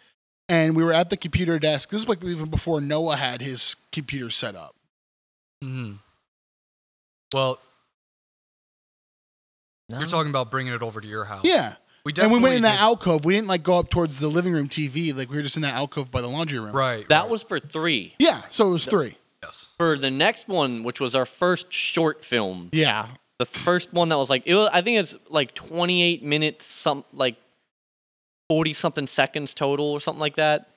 S2: and we were at the computer desk. This is like even before Noah had his computer set up.
S4: hmm Well,
S3: No. Oh.
S4: you're talking about bringing it over to your house.
S2: Yeah,
S4: We
S2: and
S4: Oh. definitely
S2: we went in that
S4: did-
S2: alcove. We didn't like go up towards the living room TV. Like we were just in that alcove by the laundry room.
S4: Right.
S1: that
S4: right,
S1: was for three.
S2: Yeah, so it was three.
S4: Yes.
S1: For the next one, which was our first short film,
S2: Yeah,
S1: the first one that was like it was, I think it's like 28 minutes, some like 40 something seconds total or something like that.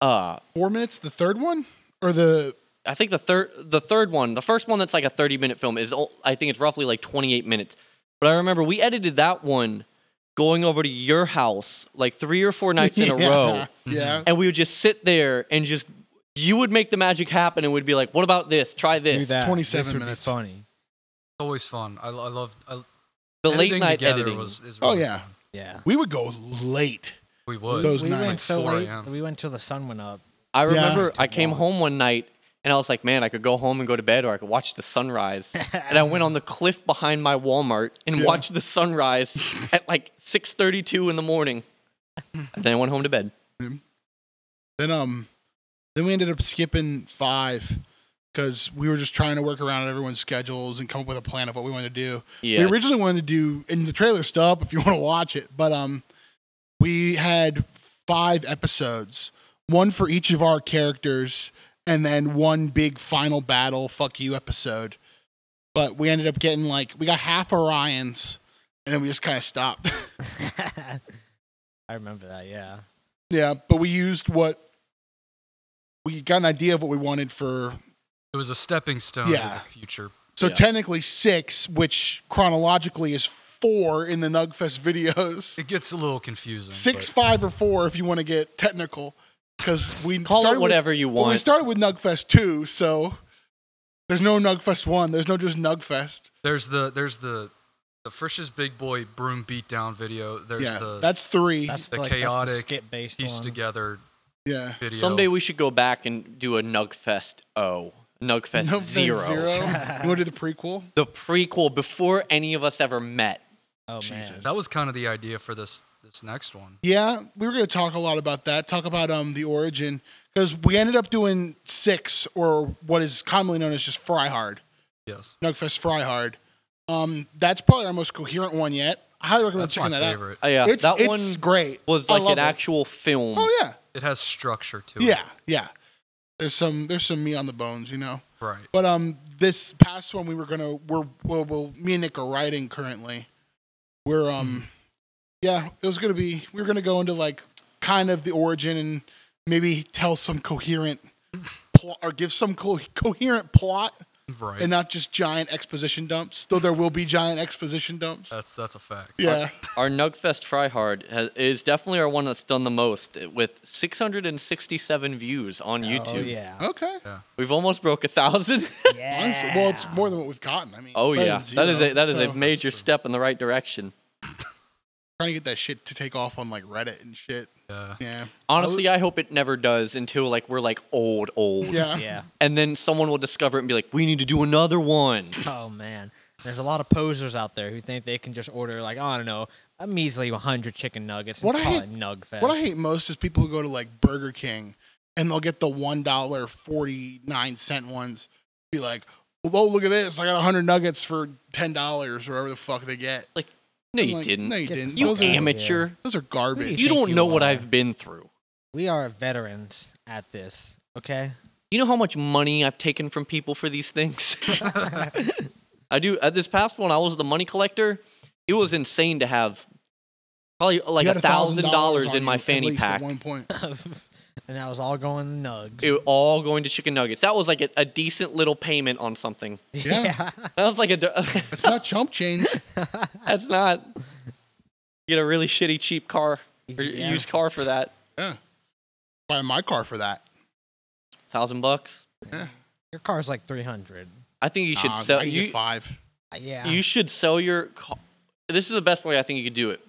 S1: Uh,
S2: four minutes. The third one or the
S1: I think the third the third one, the first one that's like a 30 minute film is o- I think it's roughly like 28 minutes. But I remember we edited that one going over to your house like 3 or 4 nights in a
S2: Yeah,
S1: row Mm-hmm.
S2: Yeah.
S1: and we would just sit there and just you would make the magic happen and we'd be like, "What about this? Try
S3: Do
S1: this."
S3: that.
S2: 27
S3: This would be
S2: minutes.
S3: funny.
S4: Always fun. I, lo- I love I,
S1: The late
S4: editing
S1: night
S4: together
S1: editing.
S4: Was, is
S2: Oh
S4: really
S2: yeah.
S4: fun.
S3: Yeah.
S2: We would go late.
S4: We would.
S2: Those
S3: we went
S2: nights.
S3: so
S4: 4
S3: late.
S4: a.m..
S3: We went till the sun went up.
S1: I
S2: Yeah.
S1: remember I came home one night and I was like, man, I could go home and go to bed or I could watch the sunrise. and I went on the cliff behind my Walmart and
S2: Yeah.
S1: watched the sunrise at like 6:32 in the morning. And then I went home to bed.
S2: Then um, then we ended up skipping five because we were just trying to work around everyone's schedules and come up with a plan of what we wanted to do.
S1: Yeah.
S2: We originally wanted to do, and the trailer's still up if you want to watch it, but um, we had five episodes, one for each of our characters, and then one big final battle fuck you episode. But we ended up getting like we got half Orion's, and then we just kind of stopped.
S3: I remember that. Yeah.
S2: yeah, but we used what we got an idea of what we wanted for
S4: It was a stepping stone
S2: Yeah.
S4: to the future.
S2: So
S1: Yeah.
S2: technically six, which chronologically is four in the Nugfest videos.
S4: It gets a little confusing.
S2: Six,
S4: but
S2: five, or four if you want to get technical, because we
S1: Call
S2: started
S1: it whatever you
S2: With, well, we
S1: want.
S2: started with Nugfest two, so there's no Nugfest one. There's no just Nugfest.
S4: There's the there's the the Frisch's Big Boy broom beatdown video. There's
S2: yeah,
S4: the
S2: that's three.
S3: That's
S4: the
S3: like,
S4: chaotic
S3: skip based
S4: piece
S3: one.
S4: together
S2: yeah,
S4: video.
S1: Someday we should go back and do a Nugfest O, Nugfest,
S2: Nugfest
S1: zero.
S2: you want to do the prequel?
S1: the prequel before any of us ever met.
S3: Oh man.
S2: Jesus.
S4: that was kind of the idea for this this next one.
S2: Yeah, we were going to talk a lot about that. Talk about um the origin because we ended up doing six or what is commonly known as just Fry Hard.
S4: Yes.
S2: Nugfest Fry Hard. Um, that's probably our most coherent one yet. I highly recommend
S4: That's
S2: checking
S4: my
S2: that
S4: favorite.
S1: Oh, yeah,
S2: out. It's,
S1: that
S2: it's
S1: one
S2: great.
S1: was
S2: I
S1: like
S2: love
S1: an
S2: it.
S1: actual film.
S2: Oh yeah,
S4: It has structure to it.
S2: yeah, yeah. There's some there's some meat on the bones, you know.
S4: Right.
S2: But um, this past one we were gonna we're well, well me and Nick are writing currently. We're
S4: Hmm.
S2: um, yeah, it was gonna be we were gonna go into like kind of the origin and maybe tell some coherent plot or give some co- coherent plot
S4: Right.
S2: and not just giant exposition dumps. Though there will be giant exposition dumps.
S4: that's that's a fact.
S2: yeah.
S1: Our Nugfest Fryhard has, is definitely our one that's done the most with 667 views on
S3: Oh
S1: YouTube.
S3: yeah.
S2: Okay.
S1: We've almost broke a thousand.
S3: yeah.
S2: Honestly, well, it's more than what we've gotten. I mean,
S1: oh
S2: better
S1: yeah,
S2: than
S1: that is
S2: zero.
S1: a, that is
S2: So,
S1: a major step in the right direction.
S2: trying to get that shit to take off on like Reddit and shit.
S4: Yeah.
S2: Yeah,
S1: Honestly, I hope it never does until like we're like old, old.
S2: yeah,
S3: Yeah.
S1: And then someone will discover it and be like, "We need to do another one."
S3: Oh man, there's a lot of posers out there who think they can just order like I don't know a measly 100 chicken nuggets and
S2: What I
S3: call
S2: hate-
S3: it Nug Fest.
S2: What I hate most is people who go to like Burger King and they'll get the one dollar forty nine cent ones. Be like, well, oh look at this! I got hundred nuggets for ten dollars or whatever the fuck they get.
S1: Like, no,
S2: I'm
S1: you
S2: like,
S1: didn't.
S2: No, you
S3: Get the
S2: didn't.
S1: you
S2: those,
S3: fuck
S2: are,
S3: out.
S1: amateur.
S2: those are garbage.
S1: You
S3: think
S1: don't
S3: you
S1: know what
S3: are.
S1: I've been through.
S3: We are veterans at this. Okay.
S1: You know how much money I've taken from people for these things? I do. At this past one, I was the money collector. It was insane to have probably uh, like
S2: You
S1: a
S2: had
S1: thousand
S2: on
S1: dollars
S2: you
S1: in my
S2: at
S1: fanny
S2: least at
S1: pack.
S2: one point.
S3: and that was all going nugs.
S1: It all going to chicken nuggets. That was like a, a decent little payment on something.
S2: Yeah.
S1: That was like a. d-
S2: It's not chump change.
S1: That's not. Get a really shitty cheap car, or
S3: Yeah.
S1: used car for that
S2: Buy my car for that.
S1: thousand bucks.
S3: Your car's like 300.
S1: I think you should
S2: Nah, I
S1: sell.
S2: can
S1: You,
S2: get five.
S3: Uh, Yeah.
S1: you should sell your car. This is the best way I think you could do it.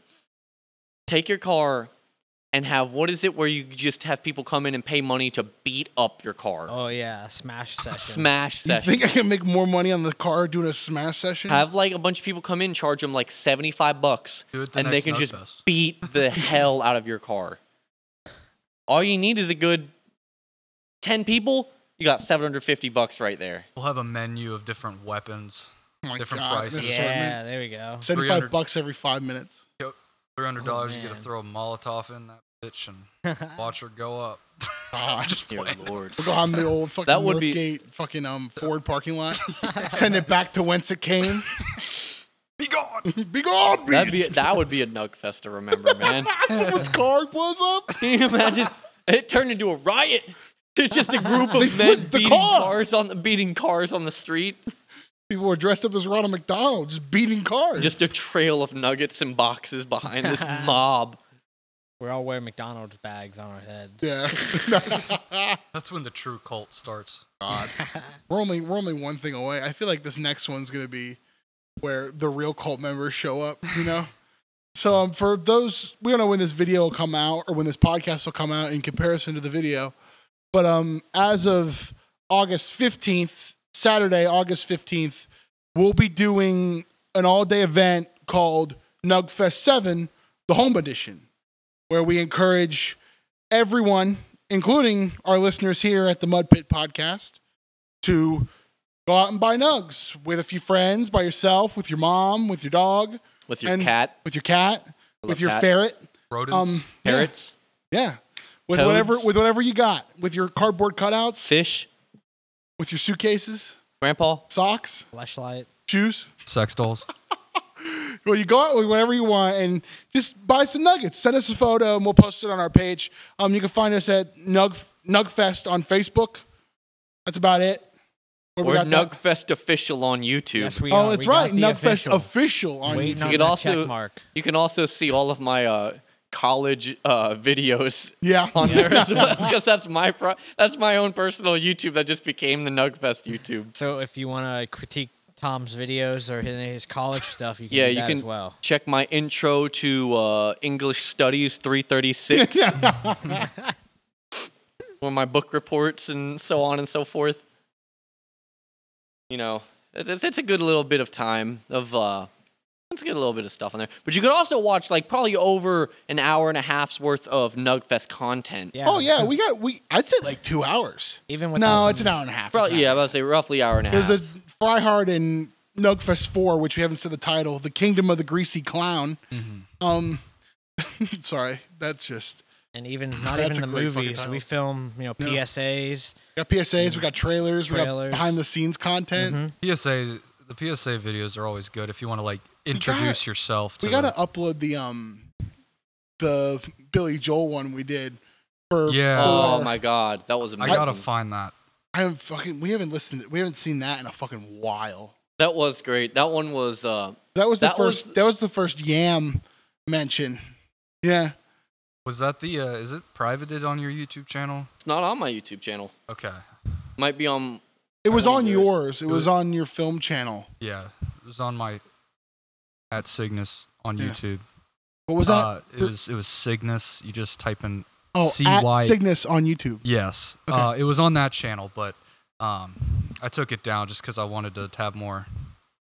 S1: Take your car and have what is it where you just have people come in and pay money to beat up your car?
S3: oh yeah, smash session.
S1: Smash
S2: Do you
S1: session.
S2: think I can make more money on the car doing a smash session?
S1: have like a bunch of people come in, charge them like seventy five bucks,
S4: Do it the
S1: and they
S4: next
S1: can just
S4: Nugfest.
S1: beat the hell out of your car. All you need is a good ten people. You got seven hundred fifty bucks right there.
S4: We'll have a menu of different weapons.
S2: Oh my
S4: different
S2: God,
S4: prices.
S2: this
S3: yeah, there we go.
S2: Seventy
S4: 300.
S2: five bucks every five minutes.
S4: Three hundred dollars. you get to
S3: man.
S4: throw a Molotov in that bitch and watch her go up. Ah,
S2: God.
S1: Dear lord.
S2: We'll go on the old fucking
S1: That would be-
S2: Northgate fucking um Ford parking lot. Send it back to whence it came.
S4: Be gone.
S2: Big old
S1: That'd be
S2: beast.
S1: that would be a nug fest to remember, man.
S2: Someone's car blows up.
S1: Can you imagine? It turned into a riot. It's just a group
S2: They
S1: of men
S2: flipped the
S1: beating
S2: car.
S1: cars on the beating cars on the street.
S2: People are dressed up as Ronald McDonald, just beating cars.
S1: Just a trail of nuggets and boxes behind this mob.
S3: We're all wearing McDonald's bags on our heads.
S2: yeah.
S4: That's when the true cult starts.
S2: God. We're only we're only one thing away. I feel like this next one's gonna be where the real cult members show up. You know, So um, for those, we don't know when this video will come out or when this podcast will come out in comparison to the video, but um, as of August fifteenth, Saturday, August fifteenth, we'll be doing an all-day event called Nugfest Seven, the Home Edition, where we encourage everyone, including our listeners here at the Mud Pit Podcast, to go out and buy nugs with a few friends, by yourself, with your mom, with your dog
S1: with your
S2: And-
S1: cat,
S2: with your cat, with your
S1: cats.
S2: ferret,
S4: Rodents.
S2: um, yeah,
S1: parrots,
S2: yeah, with
S1: Toads.
S2: whatever with whatever you got, with your cardboard cutouts,
S1: fish,
S2: with your suitcases,
S1: grandpa.
S2: socks,
S3: Flashlight.
S2: shoes.
S4: sex dolls.
S2: Well, you go out with whatever you want and just buy some nuggets. Send us a photo and we'll post it on our page. Um, you can find us at Nug Nugfest on Facebook. That's about it. Where we
S1: Or
S2: got that-
S1: Nugfest official on YouTube.
S3: Yes, we
S2: Oh,
S3: are.
S2: that's
S3: We got
S2: right,
S3: the
S2: Nugfest official,
S3: official.
S2: on
S3: Waiting
S2: YouTube.
S3: on
S1: could
S3: that
S1: also-
S3: check mark.
S1: You can also see all of my uh, college uh, videos
S2: Yeah,
S1: on there as well, because that's my pro- that's my own personal YouTube that just became the Nugfest YouTube.
S3: So if you want to critique Tom's videos or his, his college stuff, you can
S1: Yeah,
S3: do
S1: you
S3: that
S1: can
S3: as well.
S1: check my intro to uh, English Studies 336 or my book reports and so on and so forth. You know, it's, it's, it's a good little bit of time of uh, it's a good little bit of stuff on there. But you could also watch like probably over an hour and a half's worth of Nugfest content.
S3: Yeah.
S2: Oh yeah, we got we. I'd say like two hours.
S3: Even with
S2: No,
S3: the-
S2: it's an hour and a half. It's
S1: Probably, yeah, I was about to say roughly hour and a half.
S2: There's the Fry Hard and Nugfest 4, which we haven't said the title, The Kingdom of the Greasy Clown.
S3: Mm-hmm.
S2: Um, sorry, that's just.
S3: and even not
S2: That's
S3: even
S2: a
S3: the
S2: great fucking
S3: movies.
S2: title.
S3: We film, you know,
S2: Yeah.
S3: PSAs.
S2: We got PSAs, we got trailers, we got
S3: Trailers.
S2: behind the scenes content.
S3: Mhm.
S4: PSA. The PSA videos are always good if you want to like
S2: gotta-
S4: introduce yourself. To
S2: We got to upload the um the Billy Joel one we did for
S4: Yeah.
S1: oh
S2: for-
S1: my god, that was
S4: the- I
S1: amazing.
S4: gotta find that.
S2: I haven't fucking we haven't listened we haven't seen that in a fucking while.
S1: that was great. That one was uh,
S2: That was the
S1: That
S2: first
S1: was-
S2: that was the first yam mention. Yeah.
S4: Was that the? Uh, is it privated on your YouTube channel?
S1: it's not on my YouTube channel.
S4: Okay.
S1: Might be on
S2: It was
S1: I
S2: on
S1: wonder-
S2: yours. It
S4: it
S2: was
S4: was-
S2: on your film channel.
S4: Yeah, it was on my at Cygnus on
S2: Yeah.
S4: YouTube.
S2: What was that?
S4: Uh, it was it was Cygnus. You just type in
S2: Oh,
S4: C
S2: at
S4: Y-
S2: Cygnus on YouTube.
S4: yes. Uh, it was on that channel, but um, I took it down just because I wanted to have more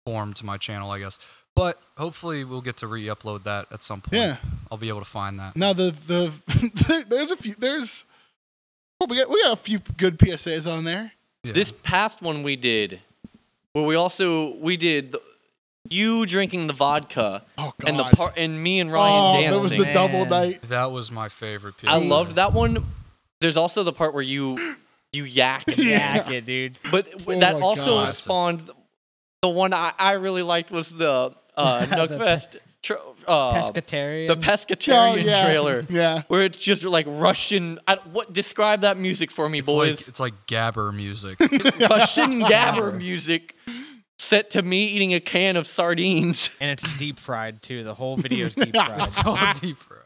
S4: form to my channel, I guess. But hopefully, we'll get to re-upload that at some point.
S2: Yeah.
S4: I'll be able to find that.
S2: Now the the there- there's a few there's well, we got we got a few good PSAs on there.
S4: Yeah.
S1: This past one we did, where we also we did the, you drinking the vodka
S2: Oh god.
S1: and the part and me and Ryan
S2: oh,
S1: dancing.
S2: that was the double
S3: Man.
S2: night.
S4: that was my favorite. PSA.
S1: I loved that one. There's also the part where you you yak,
S2: Yeah.
S3: Yeah, yeah, dude.
S1: but
S2: Oh
S1: that
S2: my
S1: also
S2: God.
S1: spawned the one I, I really liked was the uh,
S3: The
S1: Nugfest tr- uh,
S3: Pescatarian.
S1: the
S2: Oh,
S1: pescatarian
S2: yeah.
S1: trailer.
S2: Yeah.
S1: Where it's just like Russian. I, what describe that music for me,
S4: It's like,
S1: boys?
S4: it's like Gabber music.
S1: Russian gabber music set to me eating a can of sardines.
S3: and it's deep fried too. The whole video's deep fried.
S4: it's all deep fried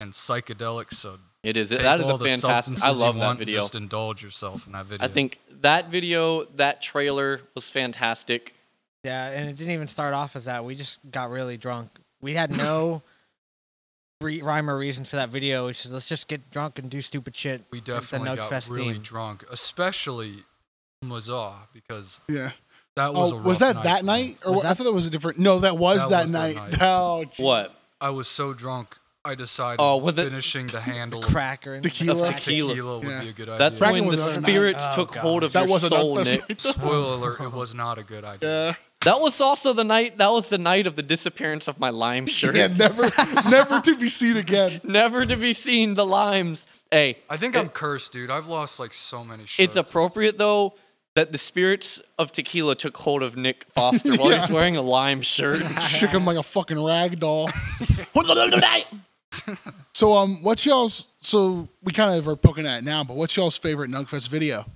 S4: and psychedelic. So
S1: It is.
S4: take
S1: that is
S4: all
S1: a
S4: the
S1: fantastic.
S4: substances
S1: I
S4: you
S1: love that
S4: want,
S1: video.
S4: Just indulge yourself in that video.
S1: I think that video, that trailer was fantastic.
S3: Yeah, and it didn't even start off as that. We just got really drunk. We had no re- rhyme or reason for that video. We said, let's just get drunk and do stupid shit.
S4: we
S3: with the
S4: definitely got
S3: Nugfest
S4: really
S3: theme.
S4: drunk, especially Mazah because
S2: Yeah.
S4: that was
S2: Oh,
S4: a
S2: was
S4: rough
S2: that that
S4: for me.
S2: night, or
S3: Was
S2: what- I
S3: that-
S2: thought that was a different? No, that was that,
S4: That was that
S2: night.
S4: night.
S2: Oh, geez.
S1: What?
S4: I was so drunk. I decided
S1: Oh, with the-
S4: finishing the handle of
S3: Cracker and
S2: Tequila.
S1: Of
S4: tequila,
S1: tequila.
S4: would
S2: Yeah.
S4: be a good idea.
S1: That's
S2: Fracking
S1: when the
S2: was another night.
S1: spirits
S3: Oh,
S1: took
S3: God.
S1: hold of
S2: That
S1: your
S2: was another
S1: soul,
S2: night.
S1: Nick.
S4: Spoiler alert, it was not a good idea.
S2: Yeah.
S1: That was also the night. That was the night of the disappearance of my lime shirt.
S2: Yeah. Never, never to be seen again.
S1: Never to be seen. The limes. Hey,
S4: I think I'm cursed, dude. I've lost like so many
S1: it's
S4: shirts.
S1: appropriate though that the spirits of tequila took hold of Nick Foster while he's wearing a lime shirt.
S2: Shook him like a fucking rag doll.
S1: oh,
S2: So um, what's y'all's? So we kind of are poking at it now, but what's y'all's favorite Nugfest video?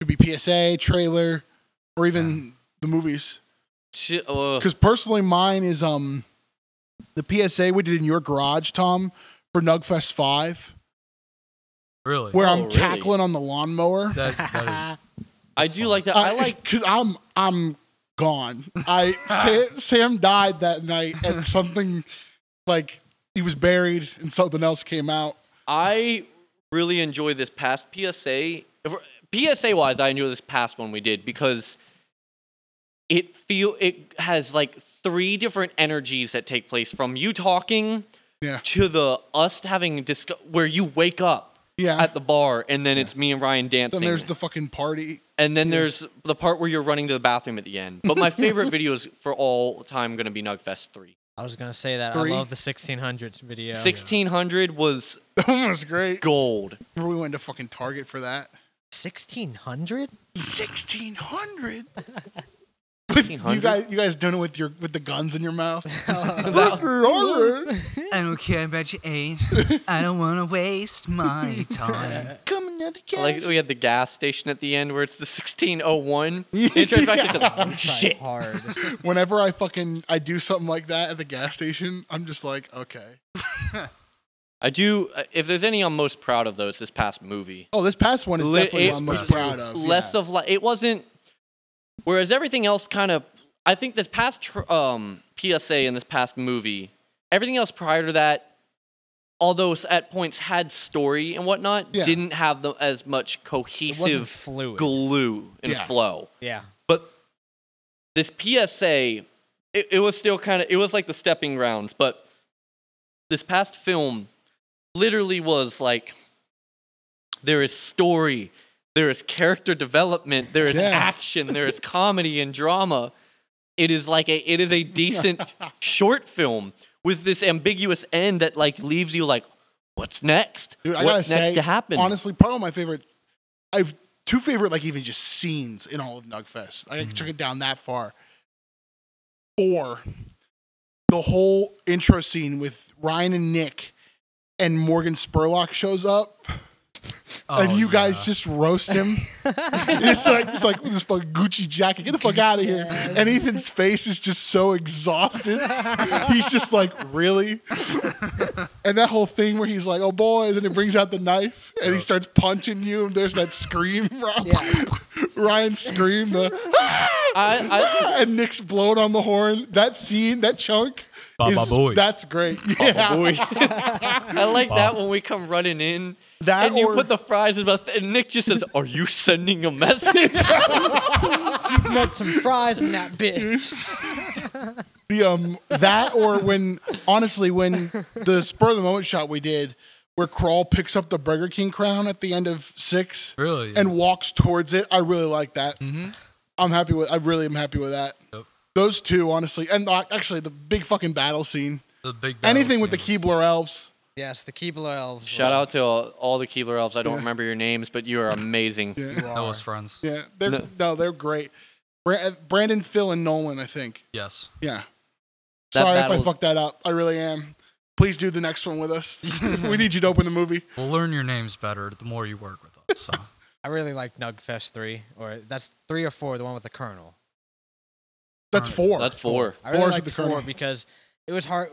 S2: Could be PSA, trailer, or even the movies. Because personally, mine is um, the PSA we did in your garage, Tom, for Nugfest Five,
S4: Really?
S2: where I'm
S1: Oh, really?
S2: cackling on the lawnmower.
S4: that, that is
S2: Uh,
S1: I do like that. I like
S2: because I'm I'm gone. I Sam, Sam died that night, and something like he was buried, and something else came out.
S1: I really enjoy this past PSA. PSA wise, I enjoy this past one we did because it feel it has like three different energies that take place from you talking
S2: Yeah,
S1: to the us having disc- where you wake up
S2: yeah.
S1: at the bar and then it's me and Ryan dancing.
S2: then there's the fucking party.
S1: And then there's the part where you're running to the bathroom at the end. But my favorite video is for all time going to be Nugfest 3.
S3: I was gonna say that.
S2: Three.
S3: I love the 1600s video.
S1: 1600 was
S2: That one was great.
S1: gold.
S2: Remember we went to fucking Target for that.
S3: 1600?
S2: Sixteen hundred.
S1: 1600?
S2: You guys, you guys doing it with your with the guns in your mouth.
S4: I don't care about your age. I don't want to waste my time.
S2: Come another cash.
S1: like we had the gas station at the end where it's the 1601. It turns back to the- shit.
S3: Hard.
S2: Whenever I fucking I do something like that at the gas station, I'm just like, okay.
S1: I do. uh, If there's any I'm most proud of though, it's this past movie.
S2: Oh, this past one is
S1: Lit-
S2: definitely
S1: it
S2: what I'm most
S4: was
S2: proud of.
S1: Less of like it wasn't. Whereas everything else kind of, I think this past tr- um, PSA and this past movie, everything else prior to that, although s- at points had story and whatnot,
S2: Yeah.
S1: didn't have the, as much
S3: It wasn't
S1: cohesive
S3: fluid.
S1: glue and
S2: Yeah.
S1: flow.
S3: yeah.
S1: But this PSA, it, it was still kind of, it was like the stepping rounds, but this past film literally was like there is story, there is character development, there is
S2: Yeah.
S1: action, there is comedy and drama. It is like a it is a decent short film with this ambiguous end that like leaves you like, what's next?
S2: Dude, I gotta
S1: what's next
S2: say,
S1: to happen?
S2: Honestly, probably my favorite. I've two favorite like even just scenes in all of Nugfest. I
S1: Mm-hmm.
S2: took it down that far. Or the whole intro scene with Ryan and Nick, and Morgan Spurlock shows up,
S4: Oh,
S2: and
S1: Oh,
S2: you guys just roast him. it's like it's like with this fucking Gucci jacket. Get the fuck out of here! And Ethan's face is just so exhausted. he's just like, really? and that whole thing where he's like, "Oh boys," and he brings out the knife and he starts punching you. And there's that scream, Rob. Ryan scream, the,
S1: I, I
S2: and Nick's blowing on the horn. That scene, that chunk.
S4: Baba
S2: is-
S4: boy.
S2: That's great. Yeah.
S1: Boy. I like that when we come running in
S2: That
S1: and you
S2: or-
S1: put the fries in my th- and Nick just says, "Are you sending a message?"
S3: Met some fries in that bitch.
S2: The, um, that or when, honestly, when the spur of the moment shot we did where Crawl picks up the Burger King crown at the end of six
S4: really
S2: and walks towards it. I really like that.
S4: Mhm.
S2: I'm happy with. I really am happy with that.
S4: Yep.
S2: Those two, honestly, and uh, actually, the big fucking battle scene.
S4: the big battle
S2: Anything with the
S4: scene.
S2: Keebler elves.
S3: yes, the Keebler elves.
S1: Shout out to all, all the Keebler elves. I don't
S2: Yeah.
S1: remember your names, but you are amazing.
S2: Yeah,
S4: That was friends.
S2: yeah. They're no.
S1: No.
S2: they're great. Bra- uh, Brandon, Phil, and Nolan. I think.
S4: Yes.
S2: Yeah.
S1: That
S2: Sorry if I
S1: battle-
S2: fucked that up. I really am. Please do the next one with us. we need you to open the movie.
S4: We'll learn your names better the more you work with us. So
S3: I really like Nugfest 3, or that's 3 or 4, the one with the Colonel.
S2: That's four.
S1: That's four.
S3: I really
S2: Four's
S3: liked
S2: with the
S3: four
S2: Colonel.
S3: because it was hard.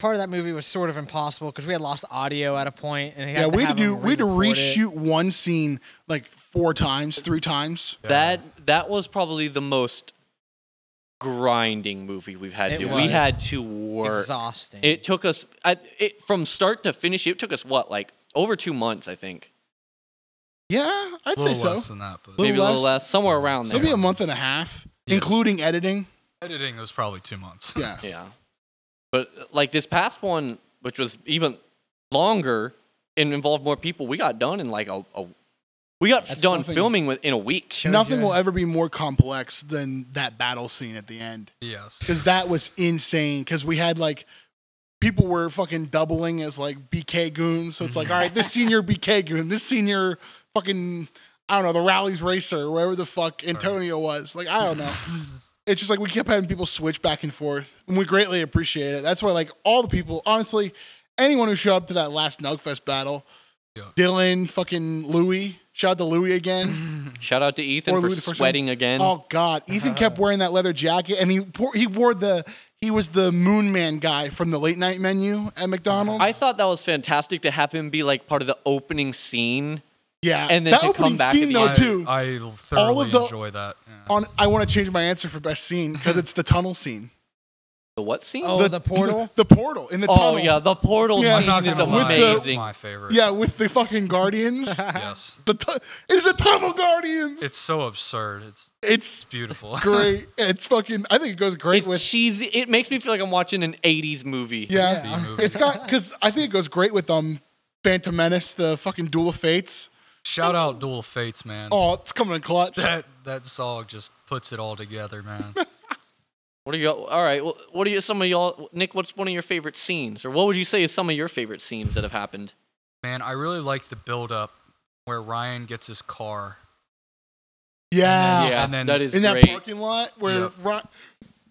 S3: Part of that movie was sort of impossible because we had lost audio at a point, and
S2: Yeah, we had to do. We had to
S3: reshoot.
S2: reshoot one scene like four times, three times.
S4: yeah.
S1: That that was probably the most grinding movie we've had.
S3: It
S1: to. We
S3: was.
S1: had to work.
S3: Exhausting.
S1: It took us I, it from start to finish. It took us what like over two months, I think,
S2: Yeah, I'd
S4: a little
S2: say so.
S4: less than that, but
S2: Little
S1: maybe a little
S2: less.
S1: less, somewhere around
S2: So
S1: there.
S2: Maybe a month and a half,
S4: Yeah.
S2: including editing.
S4: editing was probably two months.
S2: Yeah.
S1: Yeah. But uh, like this past one, which was even longer and involved more people, we got done in like a, a we got
S2: That's
S1: done
S2: something-
S1: filming with, in a week.
S3: Showed
S2: Nothing
S3: you-
S2: will ever be more complex than that battle scene at the end
S4: Yes.
S2: because that was insane. Because we had like people were fucking doubling as like BK goons. So it's like, all right, this senior BK goon, this senior fucking, I don't know, the rallies racer, or wherever the fuck Antonio was. Like, I don't know. it's just like we kept having people switch back and forth, and we greatly appreciate it. That's why, like, all the people, honestly, anyone who showed up to that last Nugfest battle,
S4: Yeah.
S2: Dylan, fucking Louie, shout out to Louie again.
S1: Shout out to Ethan
S2: Or
S1: for
S2: Louis the First
S1: sweating again. Uh-huh.
S2: Oh God, Ethan kept wearing that leather jacket, and he pour, he wore the he was the Moon Man guy from the late night menu at McDonald's.
S1: I thought that was fantastic to have him be like part of the opening scene
S2: Yeah,
S1: And then
S2: that
S1: to come
S2: opening
S1: back at
S2: scene
S1: the
S2: though
S1: end.
S2: too.
S4: I, I thoroughly
S2: of the-
S4: enjoy that. Yeah.
S2: on, I want to change my answer for best scene because it's the tunnel scene.
S1: The what scene?
S3: Oh, the portal?
S2: The, the portal in the
S1: Oh,
S2: tunnel.
S1: yeah, the portal
S2: Yeah, I'm
S1: scene
S2: not
S1: is
S2: gonna lie,
S1: amazing.
S2: it's
S4: It's my favorite.
S2: yeah, with the fucking guardians.
S4: Yes.
S2: the tu- it's the tunnel guardians.
S4: It's so absurd. It's
S2: it's
S4: beautiful.
S2: great. it's fucking. I think it goes great
S1: It's
S2: with
S1: cheesy. It makes me feel like I'm watching an '80s movie.
S2: yeah.
S4: B movie.
S2: It's got because I think it goes great with um Phantom Menace, the fucking Duel of Fates.
S4: Shout out Duel of Fates, man.
S2: Oh, it's coming in clutch.
S4: That that song just puts it all together, man.
S1: What are you? All right. Well, what are you? Some of y'all, Nick. What's one of your favorite scenes, or what would you say is some of your favorite scenes that have happened?
S4: man, I really like the build up where Ryan gets his car.
S2: Yeah.
S1: yeah,
S4: and then-
S1: Oh. that is
S2: In that
S1: great.
S2: parking lot where
S4: Yeah.
S2: Ron-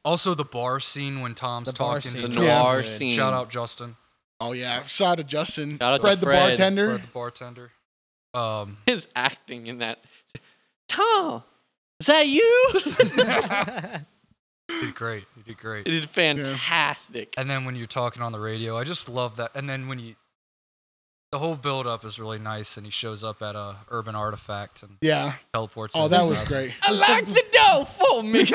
S4: Also the bar scene when Tom's
S3: The bar
S4: talking
S3: scene.
S4: to
S1: the
S3: is
S2: Yeah.
S1: noir
S3: good.
S1: scene.
S4: Shout out Justin,
S2: oh yeah, shout out to Justin,
S1: Shout out to
S2: Fred the
S1: Fred.
S4: or
S2: bartender.
S4: the bartender. Um,
S1: His acting in that. Tom, is that you?
S4: he did great. He did great.
S1: it did fantastic.
S4: and then when you're talking on the radio, I just love that. And then when you, the whole build up is really nice, and he shows up at a urban artifact and
S2: Yeah.
S4: teleports.
S2: Oh,
S4: in
S2: that
S4: his
S2: was
S4: house.
S2: great.
S1: I like the dough for me.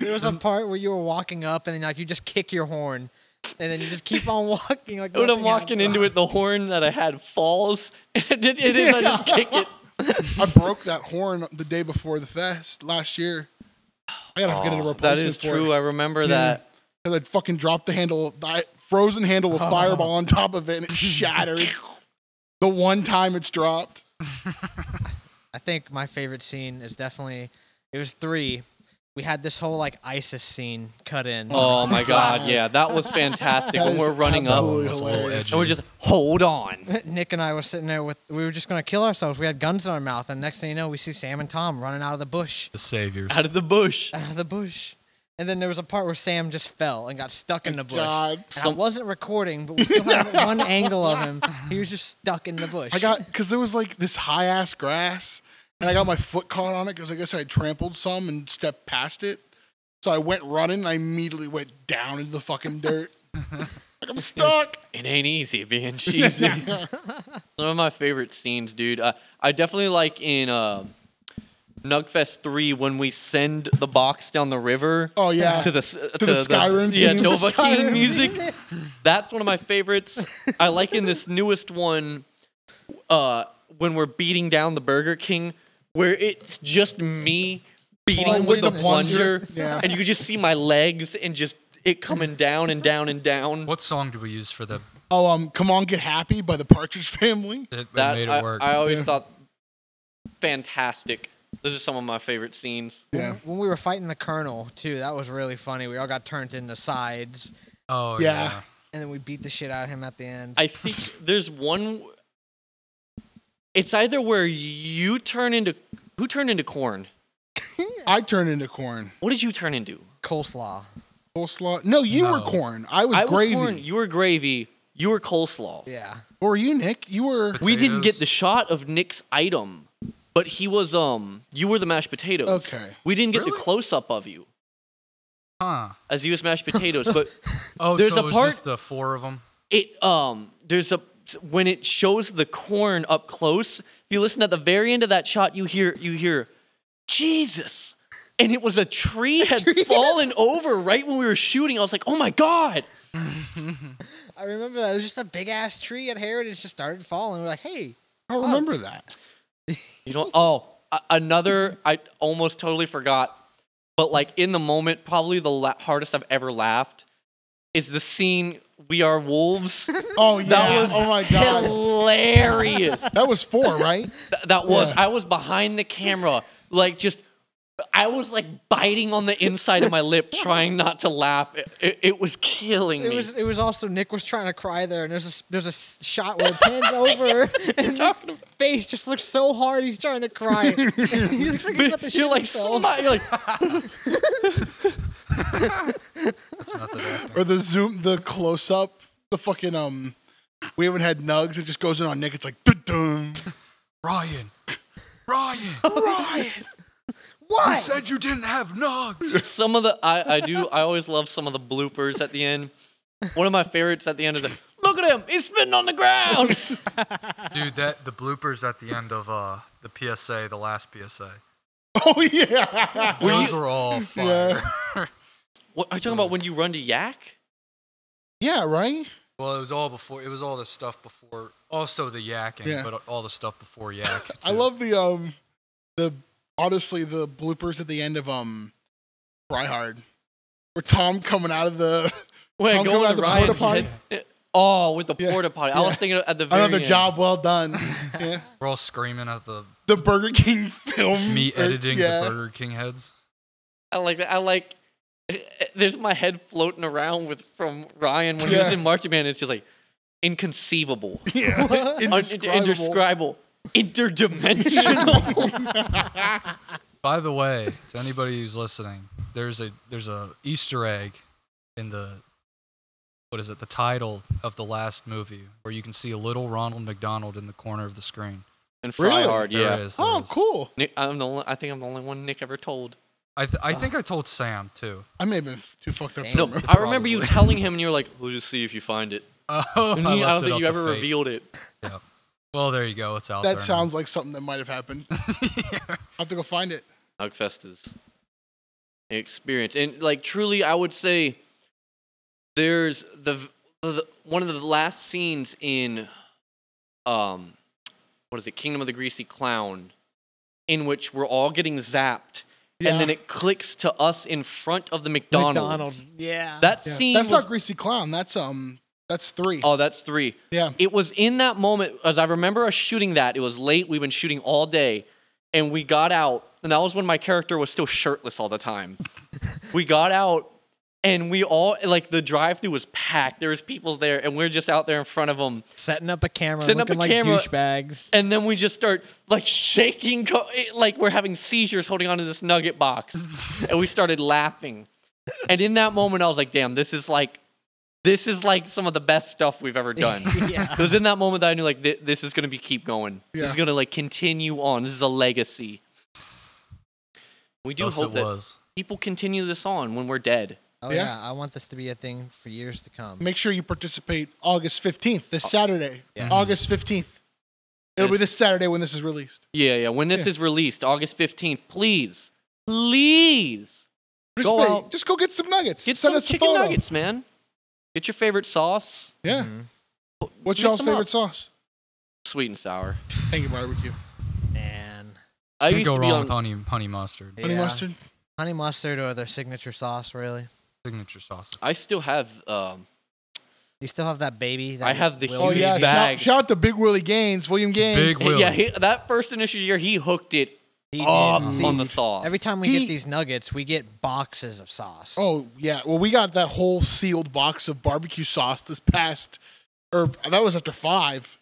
S3: There was a part where you were walking up and then like you just kick your horn, and then you just keep on walking. Like
S1: when I'm
S3: nothing
S1: walking
S3: happened.
S1: into it, the horn that I had falls, and it, did- it is. I just kick it.
S2: I broke that horn the day before the fest last year. I gotta get a
S1: Oh,
S2: replacement
S1: that is
S2: for
S1: true. I remember that.
S2: Because I fucking dropped the handle, the frozen handle with fireball on top of it, and it shattered. the one time it's dropped.
S3: I think my favorite scene is definitely it was three. We had this whole like ISIS scene cut in.
S1: Oh my god, yeah, that was fantastic.
S2: That
S1: when
S2: is
S1: we're running up,
S2: absolutely
S4: That was a little
S2: hilarious.
S4: edgy.
S1: and we're just hold on.
S3: Nick and I were sitting there with we were just gonna kill ourselves. We had guns in our mouth, and next thing you know, we see Sam and Tom running out of the bush,
S4: the saviors.
S1: out of the bush.
S3: out of the bush. And then there was a part where Sam just fell and got stuck in the bush.
S2: God.
S3: And I wasn't recording, but we still had one angle of him. He was just stuck in the bush.
S2: I got because there was like this high ass grass, and I got my foot caught on it because I guess I trampled some and stepped past it. So I went running, and I immediately went down into the fucking dirt. like I'm stuck.
S1: It ain't easy being cheesy. Some of my favorite scenes, dude. Uh, I definitely like in uh, Nugfest three when we send the box down the river.
S2: Oh yeah.
S1: To the s- to,
S2: the Skyrim
S1: yeah
S2: theme.
S1: Dova
S2: Skyrim
S1: King music. That's one of my favorites. I like in this newest one uh, when we're beating down the Burger King, where it's just me beating with the
S2: Plunging.
S1: plunger,
S2: Yeah.
S1: and you can just see my legs and just it coming down and down and down.
S4: What song do we use for the
S2: oh um, come on, get happy by the Partridge Family.
S4: that,
S1: that
S4: made it
S1: I,
S4: work?
S1: I always
S2: Yeah.
S1: thought fantastic. Those are some of my favorite scenes.
S2: Yeah.
S3: when we were fighting the colonel too. That was really funny. We all got turned into sides,
S4: oh
S2: Yeah.
S4: yeah.
S3: and then we beat the shit out of him at the end.
S1: I think there's one. It's either where you turn into who turned into corn.
S2: I turned into corn.
S1: What did you turn into?
S3: Coleslaw.
S2: Coleslaw. No, you were
S4: No.
S2: corn. I was
S1: I
S2: gravy.
S1: was corn. You were gravy. You were coleslaw.
S3: Yeah.
S2: Or were you Nick? You were.
S1: We didn't get
S4: Potatoes.
S1: the shot of Nick's item, but he was um. You were the mashed potatoes.
S2: Okay.
S1: We didn't get the
S4: Really?
S1: close up of you
S4: Huh.
S1: as you was mashed potatoes, but
S4: Oh,
S1: There's
S4: so
S1: a
S4: it was
S1: part-
S4: just the four of them.
S1: it um there's a when it shows the corn up close if you listen at the very end of that shot you hear you hear jesus and it was a tree had fallen over right when we were shooting i was like oh my god
S3: I remember that. It was just a big ass tree at Heritage just started falling. We're like, hey,
S2: I don't remember that.
S1: you know oh a- another i almost totally forgot but like in the moment probably the la- hardest i've ever laughed is the scene we are wolves
S2: Oh yeah.
S1: was
S2: oh my god.
S1: hilarious
S2: That was four, right?
S1: That was.
S2: Yeah.
S1: I was behind the camera, like just. I was like biting on the inside of my lip, trying not to laugh. It, it- it was killing
S3: It
S1: me.
S3: was it was also Nick was trying to cry there, and there's a s- there's a s- shot where it pans over, and Nick's face just looks so hard he's trying to cry. he looks like he's about to
S1: you're
S3: shit
S1: like,
S3: himself.
S1: smi- you're like,
S4: It's not that acting.
S2: or the zoom, the close up, the fucking um. We haven't had nugs. It just goes in on Nick. It's like dun
S4: Ryan. Ryan.
S2: Ryan.
S4: You said you didn't have nugs.
S1: some of the I, I do I always love some of the bloopers at the end. One of my favorites at the end is like, look at him! He's spitting on the ground.
S4: Dude, that the bloopers at the end of uh, the PSA, the last PSA,
S2: Oh yeah.
S1: Were
S4: those
S1: you-
S4: were all fire.
S1: what are you talking about? When you run to Yak?
S2: yeah, right?
S4: well, it was all before. It was all the stuff before. Also the yakking,
S2: Yeah.
S4: but all the stuff before yak.
S2: I
S4: too.
S2: love the um the honestly the bloopers at the end of um Fry Hard. Where Tom coming out of the
S1: Wait,
S2: Tom
S1: go
S2: Cruise
S1: with
S2: at the
S1: Ryan's
S2: porta
S1: head. Oh, with the
S2: Yeah,
S1: porta potty. I
S2: yeah.
S1: was thinking at the very
S2: another
S1: end.
S2: job well done. yeah.
S4: We're all screaming at the
S2: The Burger King film.
S4: me
S2: or-
S4: editing
S2: yeah.
S4: the Burger King heads.
S1: I like that. I like. eh, There's my head floating around with from Ryan when he was
S2: Yeah.
S1: in Marching Band. It's just like inconceivable,
S2: Yeah.
S1: un-
S2: Indescribable.
S1: indescribable, interdimensional.
S4: By the way, to anybody who's listening, there's a there's a Easter egg in the what is it? The title of the last movie where you can see a little Ronald McDonald in the corner of the screen.
S1: and
S2: Really?
S1: Fry Hard,
S4: There
S1: yeah.
S4: is, there
S2: Oh,
S4: is.
S2: cool.
S1: Nick, I'm the only, I think I'm the only one Nick ever told.
S4: I th- I think I told Sam too.
S2: I may have been f- too fucked up. to
S3: Damn.
S1: No,
S2: remember.
S1: I remember you
S4: Probably.
S1: telling him, and you were like, "We'll just see if you find it."
S4: Oh,
S1: And you- I, don't
S4: left it
S1: think
S4: up
S1: you
S4: to
S1: ever
S4: fate.
S1: revealed it.
S4: Well, there you go. It's out
S2: That
S4: there. now.
S2: sounds like something that might have happened. I'll have to go find it.
S1: Hugfest is an experience, and like truly, I would say there's the, the one of the last scenes in um what is it, Kingdom of the Greasy Clown, in which we're all getting zapped, and then
S2: Yeah.
S1: it clicks to us in front of the McDonald's.
S3: Yeah.
S1: That
S2: Yeah.
S1: scene.
S2: That's
S1: was-
S2: not Greasy Clown. That's um. That's three.
S1: Oh, that's three.
S2: Yeah.
S1: It was in that moment, as I remember us shooting that, it was late. We've been shooting all day, and we got out, and that was when my character was still shirtless all the time. we got out, and we all, like, the drive through was packed. There was people there, and we are just out there in front of them.
S3: Setting up a camera,
S1: Setting up
S3: looking
S1: a
S3: like
S1: camera.
S3: douchebags.
S1: And then we just start, like, shaking, co- it- like, we're having seizures holding onto this nugget box. and we started laughing. And in that moment, I was like, damn, this is like, this is like some of the best stuff we've ever done.
S3: yeah.
S1: It was in that moment that I knew like thi- this is gonna be keep going. This
S2: Yeah.
S1: is gonna like continue on. This is a legacy. We do
S4: Yes,
S1: hope
S4: it
S1: that
S4: was.
S1: people continue this on when we're dead.
S3: Oh
S2: Yeah.
S3: yeah. I want this to be a thing for years to come.
S2: Make sure you participate August fifteenth, this Saturday.
S3: Yeah.
S2: August fifteenth. It'll be
S1: Oh. Yes.
S2: this Saturday when this is released.
S1: Yeah, yeah. When this
S2: Yeah.
S1: is released, August fifteenth, please, please
S2: Just
S1: Go
S2: go,
S1: out.
S2: just go get some nuggets.
S1: get
S2: Send
S1: some
S2: us a
S1: chicken
S2: photo.
S1: nuggets, man. Get your favorite sauce,
S2: Yeah.
S3: Mhm.
S2: What's
S1: Mix
S2: y'all's
S1: them up.
S2: favorite sauce?
S1: sweet and sour.
S2: Thank you, barbecue.
S3: Man.
S1: I
S4: Can't
S1: used
S4: go
S1: to be
S4: wrong
S1: on.
S4: with honey honey mustard.
S2: Honey
S3: Yeah.
S2: mustard.
S3: Honey mustard or their signature sauce, really.
S4: Signature sauce.
S1: I still have. Um,
S3: You still have that baby. That
S1: I have the
S2: Oh
S1: Huge
S2: yeah.
S1: bag.
S2: Shout, shout out to Big Willie Gaines, William Gaines.
S4: Big Willie.
S1: yeah, he, that first initial year, he hooked it
S3: He did.
S2: Oh,
S1: up
S3: See,
S1: Oh, on the sauce.
S3: Every time we
S2: He-
S3: get these nuggets, we get boxes of sauce.
S2: Oh yeah. Well, we got that whole sealed box of barbecue sauce this past, or that was after five.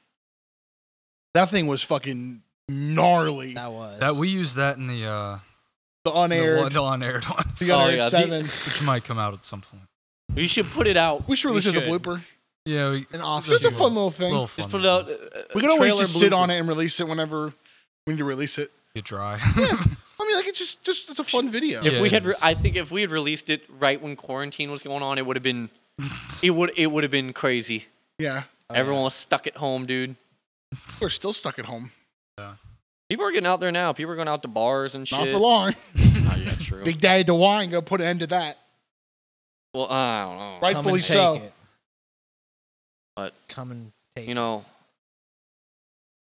S2: That thing was fucking gnarly.
S3: that was
S4: That we use that in the uh
S2: The
S4: the
S2: unaired,
S4: one- the unaired one,
S2: the
S1: Oh,
S2: unaired
S1: yeah, the-
S2: seven.
S4: which might come out at some point.
S1: you should put it out.
S2: we should
S1: You
S2: release this as a
S1: should.
S2: blooper.
S4: Yeah, we,
S3: an off.
S2: Just a fun little thing.
S4: little
S1: Just
S4: fun
S1: put it
S4: to
S1: out. uh,
S2: we can always just sit on it and release it whenever we need to release it.
S4: Get dry.
S2: I mean, like it's just, just it's a fun video.
S1: If
S4: Yeah,
S1: we
S4: it
S1: had, re-
S4: is.
S1: I think if we had released it right when quarantine was going on, it would have been, it would it would have been crazy.
S2: Oh, Yeah,
S1: Everyone was stuck at home, dude.
S2: we're still stuck at home.
S1: People are getting out there now. People are going out to bars and shit.
S2: Not for long.
S1: Oh, yeah, true.
S2: Big Daddy DeWine gonna put an end to that.
S1: well, I don't know.
S2: Right.
S3: Come and
S2: rightfully
S3: take
S2: so.
S3: it.
S1: But-
S3: come and take.
S1: You know,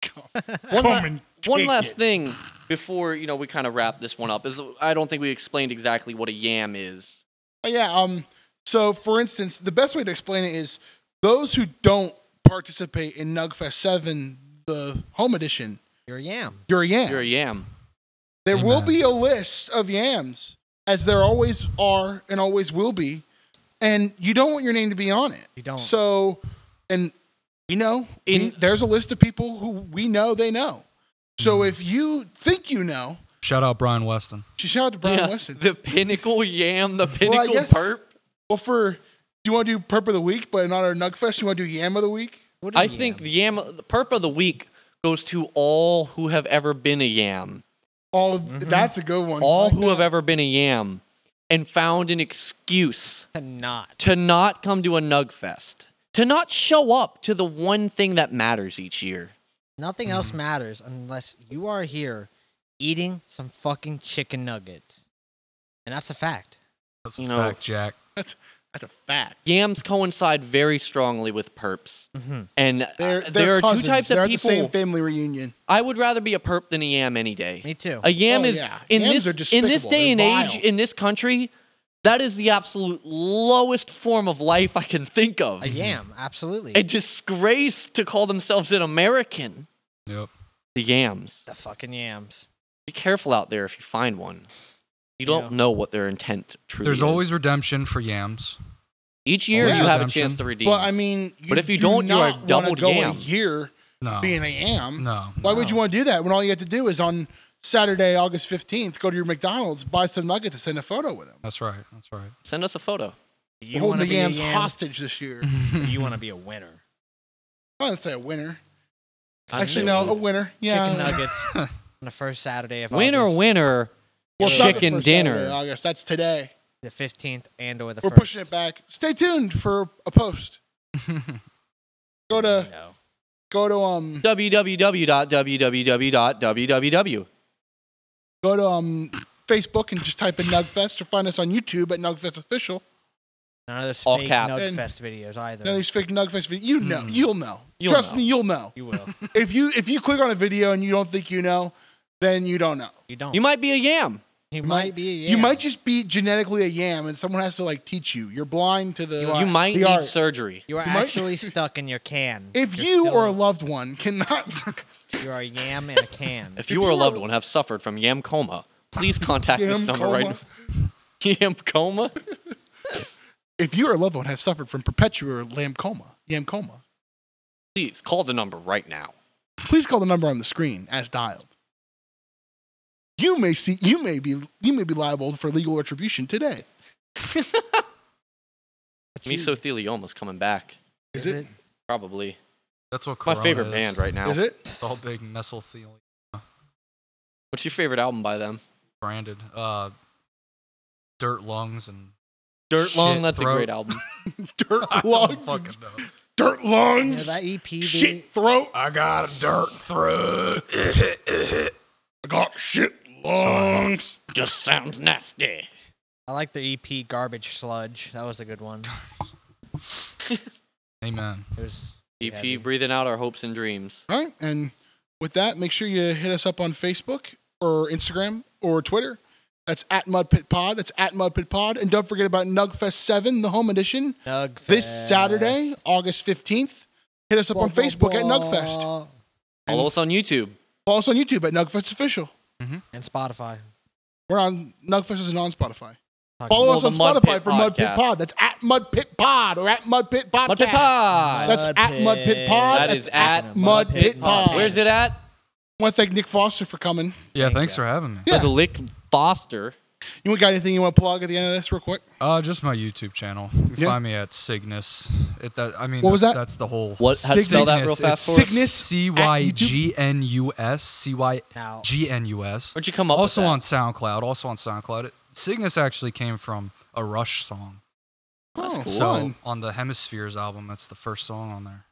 S2: Come,
S1: one,
S2: come
S1: la-
S2: and
S1: one
S2: take
S1: last
S2: it.
S1: thing before you know we kind of wrap this one up is I don't think we explained exactly what a yam is.
S2: Oh, yeah. Um. So, for instance, the best way to explain it is those who don't participate in Nugfest Seven, the home edition,
S3: You're a yam.
S2: you're a yam.
S1: You're a yam.
S2: There will
S4: Amen.
S2: be a list of yams, as there always are and always will be, and you don't want your name to be on it.
S3: You don't.
S2: So, and you know, in
S1: In-
S2: there's a list of people who we know they know. So
S1: Mm-hmm.
S2: if you think you know,
S4: Shout out Brian Weston.
S2: shout out to Brian
S1: Yeah,
S2: Weston.
S1: The pinnacle yam. The
S2: I
S1: pinnacle
S2: guess-
S1: perp.
S2: well, for do you want to do perp of the week, but not our Nugfest? You want to do yam of the week?
S3: What
S1: I
S3: is a
S1: think
S3: yam?
S1: the yam, the perp of the week goes to all who have ever been a yam.
S2: All of, that's a good one.
S1: Mm-hmm. all
S2: Like
S1: who have
S2: that.
S1: ever been a yam and found an excuse
S3: To not.
S1: to not come to a Nug Fest. to not show up to the one thing that matters each year.
S3: Nothing
S1: Mm-hmm.
S3: else matters unless you are here eating some fucking chicken nuggets. And that's a fact.
S4: That's a
S1: You know-
S4: fact, Jack.
S2: That's a fact.
S1: Yams coincide very strongly with perps.
S3: Mm-hmm.
S1: And uh,
S2: They're,
S1: there
S2: they're
S1: are
S2: cousins.
S1: two types
S2: they're
S1: of
S2: at the same
S1: people.
S2: family reunion.
S1: I would rather be a perp than a yam any day.
S3: Me too.
S1: A yam
S2: Oh,
S1: is
S2: yeah.
S1: in
S2: Yams are
S1: this in this
S2: despicable.
S1: day
S2: They're
S1: and age
S2: vile.
S1: in this country, that is the absolute lowest form of life I can think of.
S3: A yam, absolutely.
S1: A disgrace to call themselves an American.
S4: Yep.
S1: The yams.
S3: the fucking yams.
S1: Be careful out there if you find one. You don't
S3: Yeah.
S1: know what their intent truly
S4: There's
S1: is.
S4: always redemption for yams.
S1: each year
S4: always
S1: you have a
S4: redemption.
S1: chance to redeem.
S2: But I mean, you
S1: But if you
S2: do
S1: don't, you are
S2: not wanna
S1: double
S2: go a
S1: yam.
S2: year
S4: No.
S2: being a yam.
S4: Oh. no.
S2: Why would you want to do that when all you have to do is on Saturday, August fifteenth, go to your McDonald's, buy some nuggets, and send a photo with them?
S4: That's right. That's right.
S1: Send us a photo.
S2: We're
S3: You
S2: holding
S3: want
S2: the
S3: to be a
S2: yams
S3: yam,
S2: hostage this year.
S4: Mm-hmm.
S3: or you want to be a winner.
S2: I wouldn't say a winner.
S1: I'd
S2: Actually,
S1: say
S2: no, oh, a
S1: winner.
S2: winner. Yeah.
S3: Chicken nuggets on the first Saturday of
S1: Winner,
S3: August,
S1: winner.
S2: Well, it's not the
S1: Chicken
S2: first Saturday
S1: dinner.
S2: of August. That's today.
S3: the 15th and or the
S2: We're
S3: 1st.
S2: pushing it back. Stay tuned for a post. Go to
S3: No.
S2: go to um
S1: www.www.www.
S2: go to um Facebook and just type in Nugfest or find us on YouTube at Nugfest Official.
S3: None of those
S1: All
S3: fake
S1: caps.
S3: Nugs
S2: And-
S3: Fest videos either.
S2: None of these fake Nugfest videos. You know,
S4: Mm.
S2: you'll know.
S1: You'll
S2: Trust
S1: know.
S2: me, you'll know.
S3: you will.
S2: If you if you click on a video and you don't think you know, then you don't know.
S3: You don't.
S1: You might be a yam.
S3: You
S2: You
S3: might be a yam.
S2: You might just be genetically a yam, and someone has to like teach you. You're blind to the.
S1: You might
S2: the
S1: need
S2: art.
S1: surgery.
S3: You are
S2: you might-
S3: actually stuck in your can.
S2: If
S3: You're
S2: you
S3: still-
S2: or a loved one cannot,
S3: you are a yam in a can.
S1: If you or a loved one have suffered from yam coma, please contact this
S2: Yam
S1: number right
S2: coma.
S1: now. Yam coma?
S2: if you or a loved one have suffered from perpetual lamb coma, yam coma,
S1: Please call the number right now.
S2: please call the number on the screen as dialed. You may see, you may be, you may be liable for legal retribution today.
S3: But you-
S1: Mesothelioma's coming back.
S2: Is it?
S1: Probably.
S4: That's what
S1: My
S4: Corona
S1: favorite
S4: is.
S1: band right now.
S2: Is it?
S4: It's all big mesothelium
S1: What's your favorite album by them?
S4: branded. Uh, dirt lungs and
S1: Dirt
S4: Shit
S1: Long, that's a
S4: Throat.
S1: great album.
S4: I
S2: Dirt
S4: don't
S2: lungs,
S4: fucking know.
S2: dirt
S3: You know,
S2: lungs,
S3: that E EP, dude,
S2: shit throat.
S4: I got a dirt throat.
S2: I got shit lungs.
S1: Just sounds nasty.
S3: I like the EP Garbage Sludge. That was a good one.
S4: Amen.
S3: It was
S1: EP
S3: heavy.
S1: E Breathing Out Our Hopes and Dreams.
S2: All right, and with that, make sure you hit us up on Facebook or Instagram or Twitter. That's at Mud Pit Pod. That's at Mud Pit Pod. And don't forget about Nugfest 7, the home edition,
S3: Nug
S2: this
S3: Fest.
S2: Saturday, August 15th. Hit us up on
S3: Blah,
S2: Facebook
S3: blah,
S2: at Nugfest.
S3: blah.
S1: Follow us on YouTube.
S2: Follow us on YouTube at Nugfest Official.
S3: and Spotify.
S2: We're on Nugfest isn't on Spotify.
S3: Talk
S2: Follow
S1: Well,
S2: us on
S1: the Mud
S2: Spotify
S1: Pit
S2: for Mud Pit
S1: Podcast.
S2: Pod. That's at Mud Pit Pod or at Mud Pit Podcast.
S1: Mud Pit Pod.
S2: That's at Mud Pit Pod.
S1: That
S2: That's
S1: is at
S2: Mud Pit Pod.
S1: Where's it at?
S2: I want to thank Nick Foster for coming.
S4: Yeah,
S3: Thank
S4: thanks
S3: you.
S4: for having me.
S2: Yeah.
S1: For the Lick Foster.
S2: You got anything you want to plug at the end of this, real quick?
S4: Uh, just my YouTube channel. You can
S2: Yeah.
S4: find me at Cygnus. It, that, I mean,
S2: What was
S4: that's-
S2: that?
S4: That's the whole.
S1: What? How to spell that real
S4: Cygnus,
S1: fast
S4: it's
S1: for us?
S2: Cygnus.
S4: C
S2: at
S4: y
S2: YouTube.
S4: g n u s c y
S3: Now,
S4: g n u s.
S1: Where'd you come up
S4: Also
S1: with that?
S4: on SoundCloud. Also on SoundCloud. It, Cygnus actually came from a Rush song.
S1: That's
S2: Oh,
S1: cool.
S4: So on the Hemispheres album, that's the first song on there.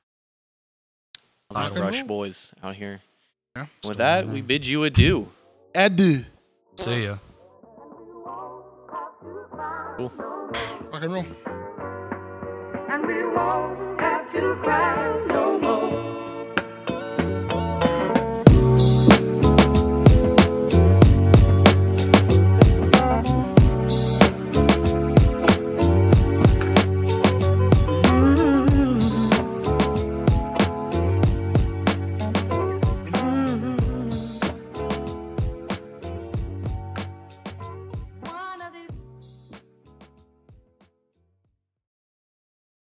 S1: A lot of
S2: Rock and
S1: Rush
S2: roll.
S1: boys out here.
S2: Yeah.
S1: With that, we bid you adieu.
S2: Ed.
S4: See ya.
S2: Rock and roll.
S5: and we won't have to cry no